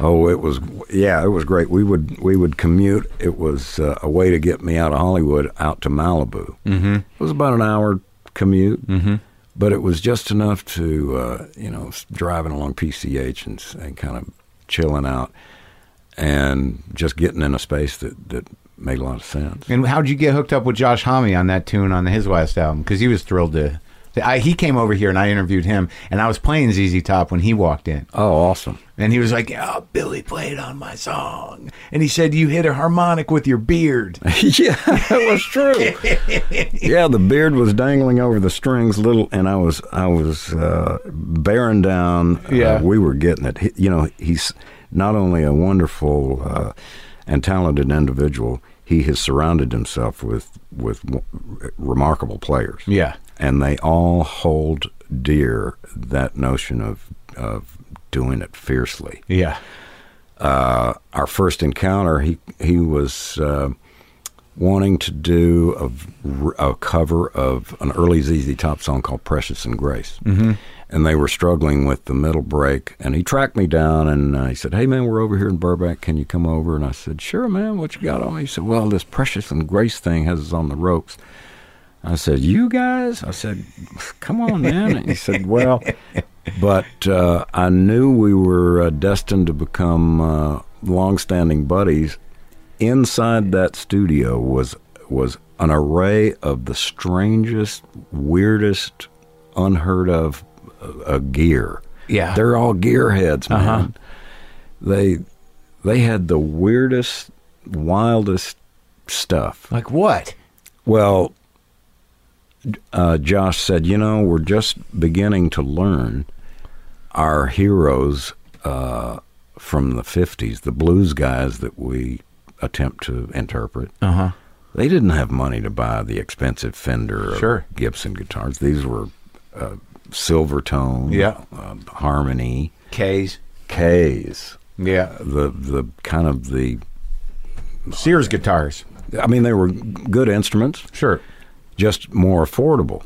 Oh, it was yeah, it was great. We would we would commute. It was uh, a way to get me out of Hollywood out to Malibu. Mm-hmm. It was about an hour commute, mm-hmm. but it was just enough to uh, you know s- driving along PCH and s- and kind of chilling out and just getting in a space that that made a lot of sense.
And how'd you get hooked up with Josh Homme on that tune on his last album? Because he was thrilled to. I, he came over here and I interviewed him, and I was playing ZZ Top when he walked in.
Oh, awesome!
And he was like, oh, Billy played on my song. And he said, You hit a harmonic with your beard.
yeah, that was true. yeah, the beard was dangling over the strings, little, and I was I was uh, bearing down. Uh,
Yeah.
we were getting it. He, you know, he's not only a wonderful uh, and talented individual. He has surrounded himself with with w- remarkable players
Yeah.
and they all hold dear that notion of of doing it fiercely
Yeah.
uh, our first encounter, he he was uh, wanting to do a v- a, cover of an early ZZ Top song called "Precious and Grace," mm-hmm. and they were struggling with the middle break. And he tracked me down and uh, he said, "Hey man, we're over here in Burbank. Can you come over?" And I said, "Sure, man. What you got on?" He said, "Well, this Precious and Grace thing has us on the ropes." I said, "You guys?" I said, "Come on, man." And he said, "Well," but uh, I knew we were uh, destined to become uh, longstanding buddies. Inside that studio was was an array of the strangest, weirdest, unheard of uh, uh, gear.
Yeah.
they're all gearheads, man. They they had the weirdest, wildest stuff.
Like what?
Well, uh, Josh said, you know, we're just beginning to learn our heroes uh, from the 50s, the blues guys that we attempt to interpret.
Uh huh.
They didn't have money to buy the expensive Fender or
Sure.
Gibson guitars. These were uh, Silvertone,
Yeah.
uh, Harmony,
K's.
K's,
Yeah.
the the kind of the.
Sears guitars.
I mean, they were good instruments.
Sure.
just more affordable.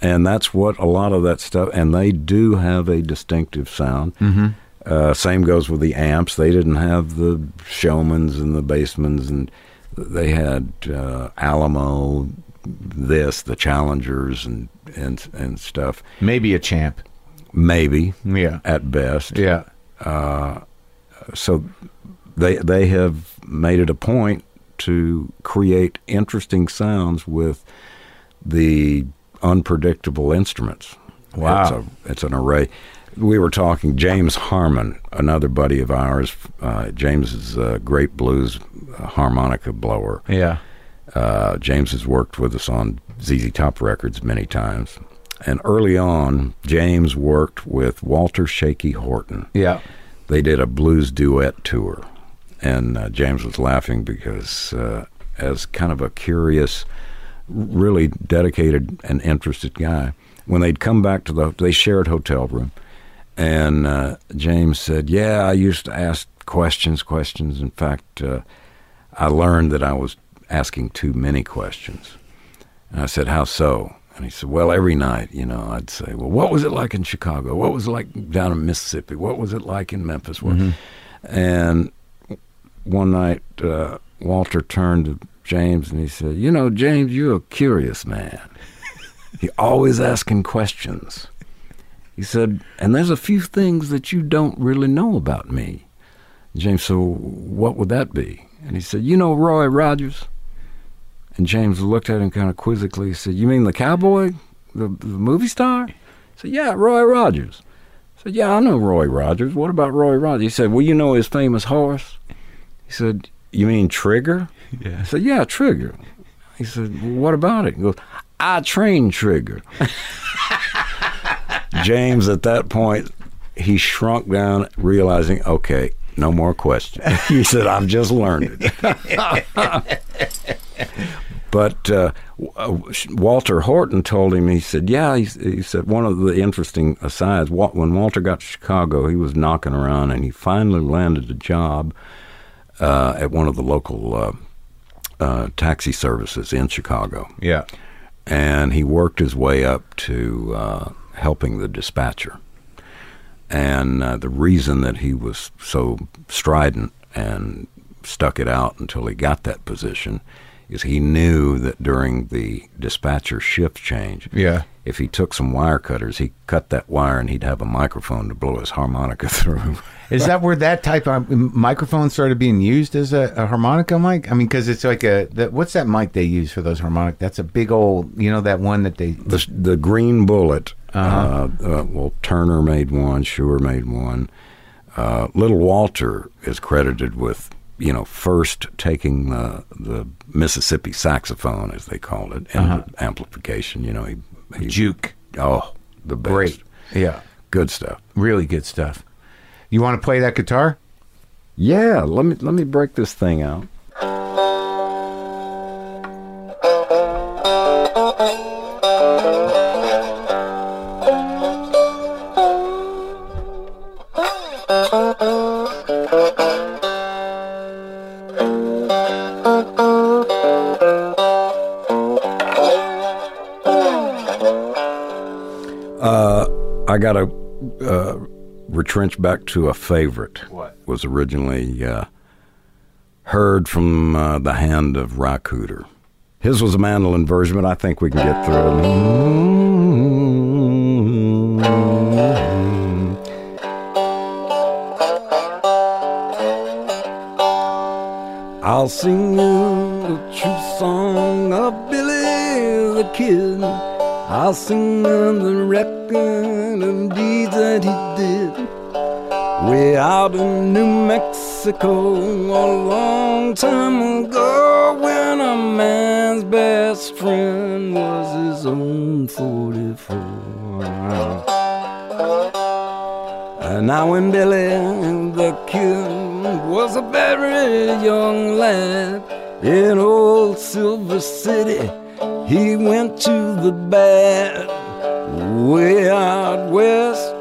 And that's what a lot of that stuff, and they do have a distinctive sound. Mm-hmm. Uh, same goes with the amps. They didn't have the showmans and the basemans, and they had uh, Alamo, this, the Challengers, and, and, and stuff.
Maybe a champ.
Maybe
Yeah.
at best
Yeah.
so they they have made it a point to create interesting sounds with the unpredictable instruments.
Wow.
It's, a, it's an array. We were talking James Harmon, another buddy of ours. Uh, James is a great blues uh, harmonica blower.
Yeah.
Uh, James has worked with us on ZZ Top records many times. And early on, James worked with Walter Shaky Horton.
Yeah.
They did a blues duet tour. And uh, James was laughing because, uh, as kind of a curious, really dedicated and interested guy, when they'd come back to the, they shared hotel room. And uh, James said, Yeah, I used to ask questions, questions. In fact, uh, I learned that I was asking too many questions. And I said, How so? And he said, Well, every night, you know, I'd say, Well, what was it like in Chicago? What was it like down in Mississippi? What was it like in Memphis? What-" And one night, uh, Walter turned to James and he said, You know, James, you're a curious man. you're always asking questions. He said, And there's a few things that you don't really know about me. James said, "Well, What would that be? And he said, You know Roy Rogers? And James looked at him kind of quizzically. He said, You mean the cowboy? The, the movie star? He said, Yeah, Roy Rogers. I said, Yeah, I know Roy Rogers. What about Roy Rogers? He said, Well, you know his famous horse? He said, You mean Trigger? I
Yeah.
said, Yeah, Trigger. He said, well, What about it? He goes, I trained Trigger. James, at that point, he shrunk down, realizing, okay, no more questions. he said, I've just learned it. but uh, w- uh, Walter Horton told him, he said, Yeah, he, s- he said, one of the interesting asides, Wa- when Walter got to Chicago, he was knocking around and he finally landed a job uh, at one of the local uh, uh, taxi services in Chicago,
Yeah.
and he worked his way up to uh, helping the dispatcher. And uh, the reason that he was so strident and stuck it out until he got that position is he knew that during the dispatcher shift change,
Yeah.
if he took some wire cutters, he'd cut that wire and he'd have a microphone to blow his harmonica through.
Is that where that type of um, microphone started being used as a, a harmonica mic? I mean, because it's like a that, what's that mic they use for those harmonic? That's a big old, you know, that one that they.
the the green bullet. uh uh, well, Turner made one. Schuer made one. Uh, Little Walter is credited with you know first taking the the Mississippi saxophone as they called it and the amplification. You know he, he
Juke.
oh the best
Great. Yeah.
good stuff.
Really good stuff. You want to play that guitar?
Yeah, let me let me break this thing out. I got to uh, retrench back to a favorite.
What?
was originally uh, heard from uh, the hand of Rakuter? His was a mandolin version, but I think we can get through it. I'll sing you the true song of Billy the Kid. I'll sing you the record of deeds that he did. Way out in New Mexico a long time ago when a man's best friend was his own 44. And now when Billy the Kid was a very young lad in old Silver City, he went to the bad way out west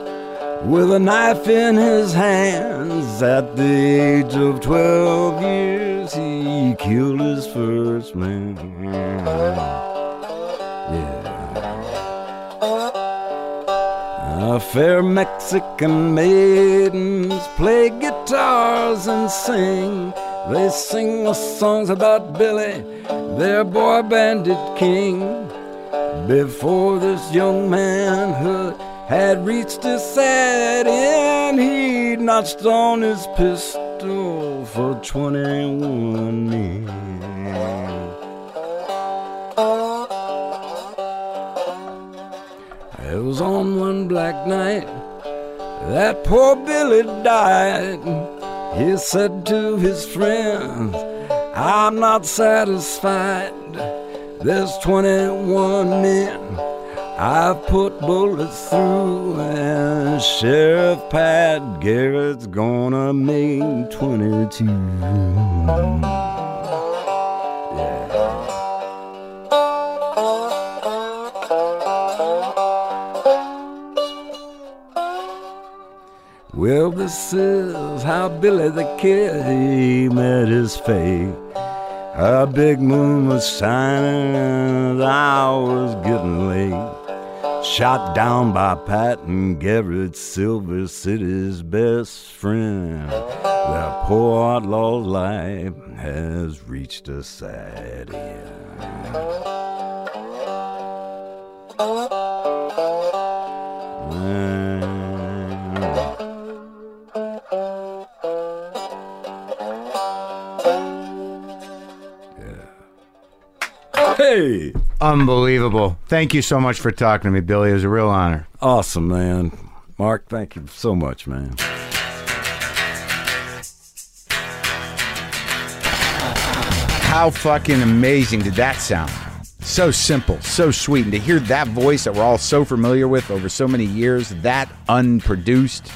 with a knife in his hands at the age of 12 years he killed his first man yeah a fair mexican maidens play guitars and sing they sing the songs about billy their boy bandit king before this young manhood had reached his sad end. He notched on his pistol for 21 men. It was on one black night that poor Billy died. He said to his friends, I'm not satisfied. There's 21 men I've put bullets through, and Sheriff Pat Garrett's gonna make 22. Well, this is how Billy the Kid he met his fate. A big moon was shining, and the hour was getting late. Shot down by Pat and Garrett, Silver City's best friend. Their poor outlaw's life has reached a sad end. Mm. Hey!
Unbelievable. Thank you so much for talking to me, Billy. It was a real honor.
Awesome, man. Mark, thank you so much, man.
How fucking amazing did that sound? So simple, so sweet. And to hear that voice that we're all so familiar with over so many years, that unproduced.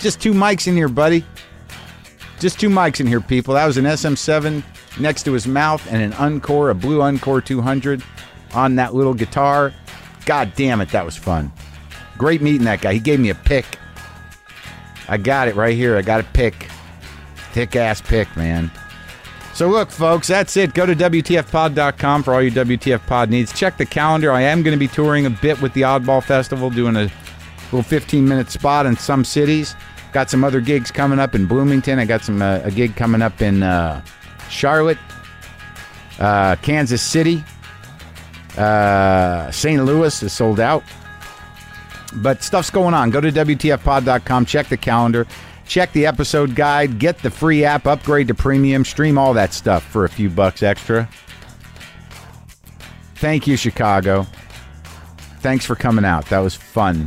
Just two mics in here, buddy. Just two mics in here, people. That was an SM7 next to his mouth and an Encore, a blue Encore 200 on that little guitar. God damn it, that was fun. Great meeting that guy. He gave me a pick. I got it right here. I got a pick. Thick ass pick, man. So, look, folks, that's it. Go to WTFpod.com for all your WTF pod needs. Check the calendar. I am going to be touring a bit with the Oddball Festival, doing a little 15 minute spot in some cities. Got some other gigs coming up in Bloomington. I got some uh, a gig coming up in uh, Charlotte, uh, Kansas City, uh, St. Louis is sold out but stuff's going on. Go to WTFpod.com, check the calendar, check the episode guide, get the free app, upgrade to premium, stream all that stuff for a few bucks extra. Thank you, Chicago. Thanks for coming out. That was fun.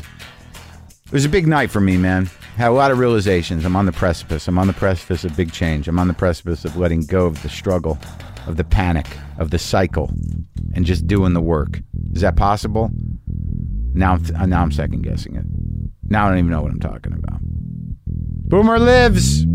It was a big night for me, man. Had a lot of realizations. I'm on the precipice. I'm on the precipice of big change. I'm on the precipice of letting go of the struggle, of the panic, of the cycle, and just doing the work. Is that possible? Now I'm now I'm second guessing it. Now I don't even know what I'm talking about. Boomer lives.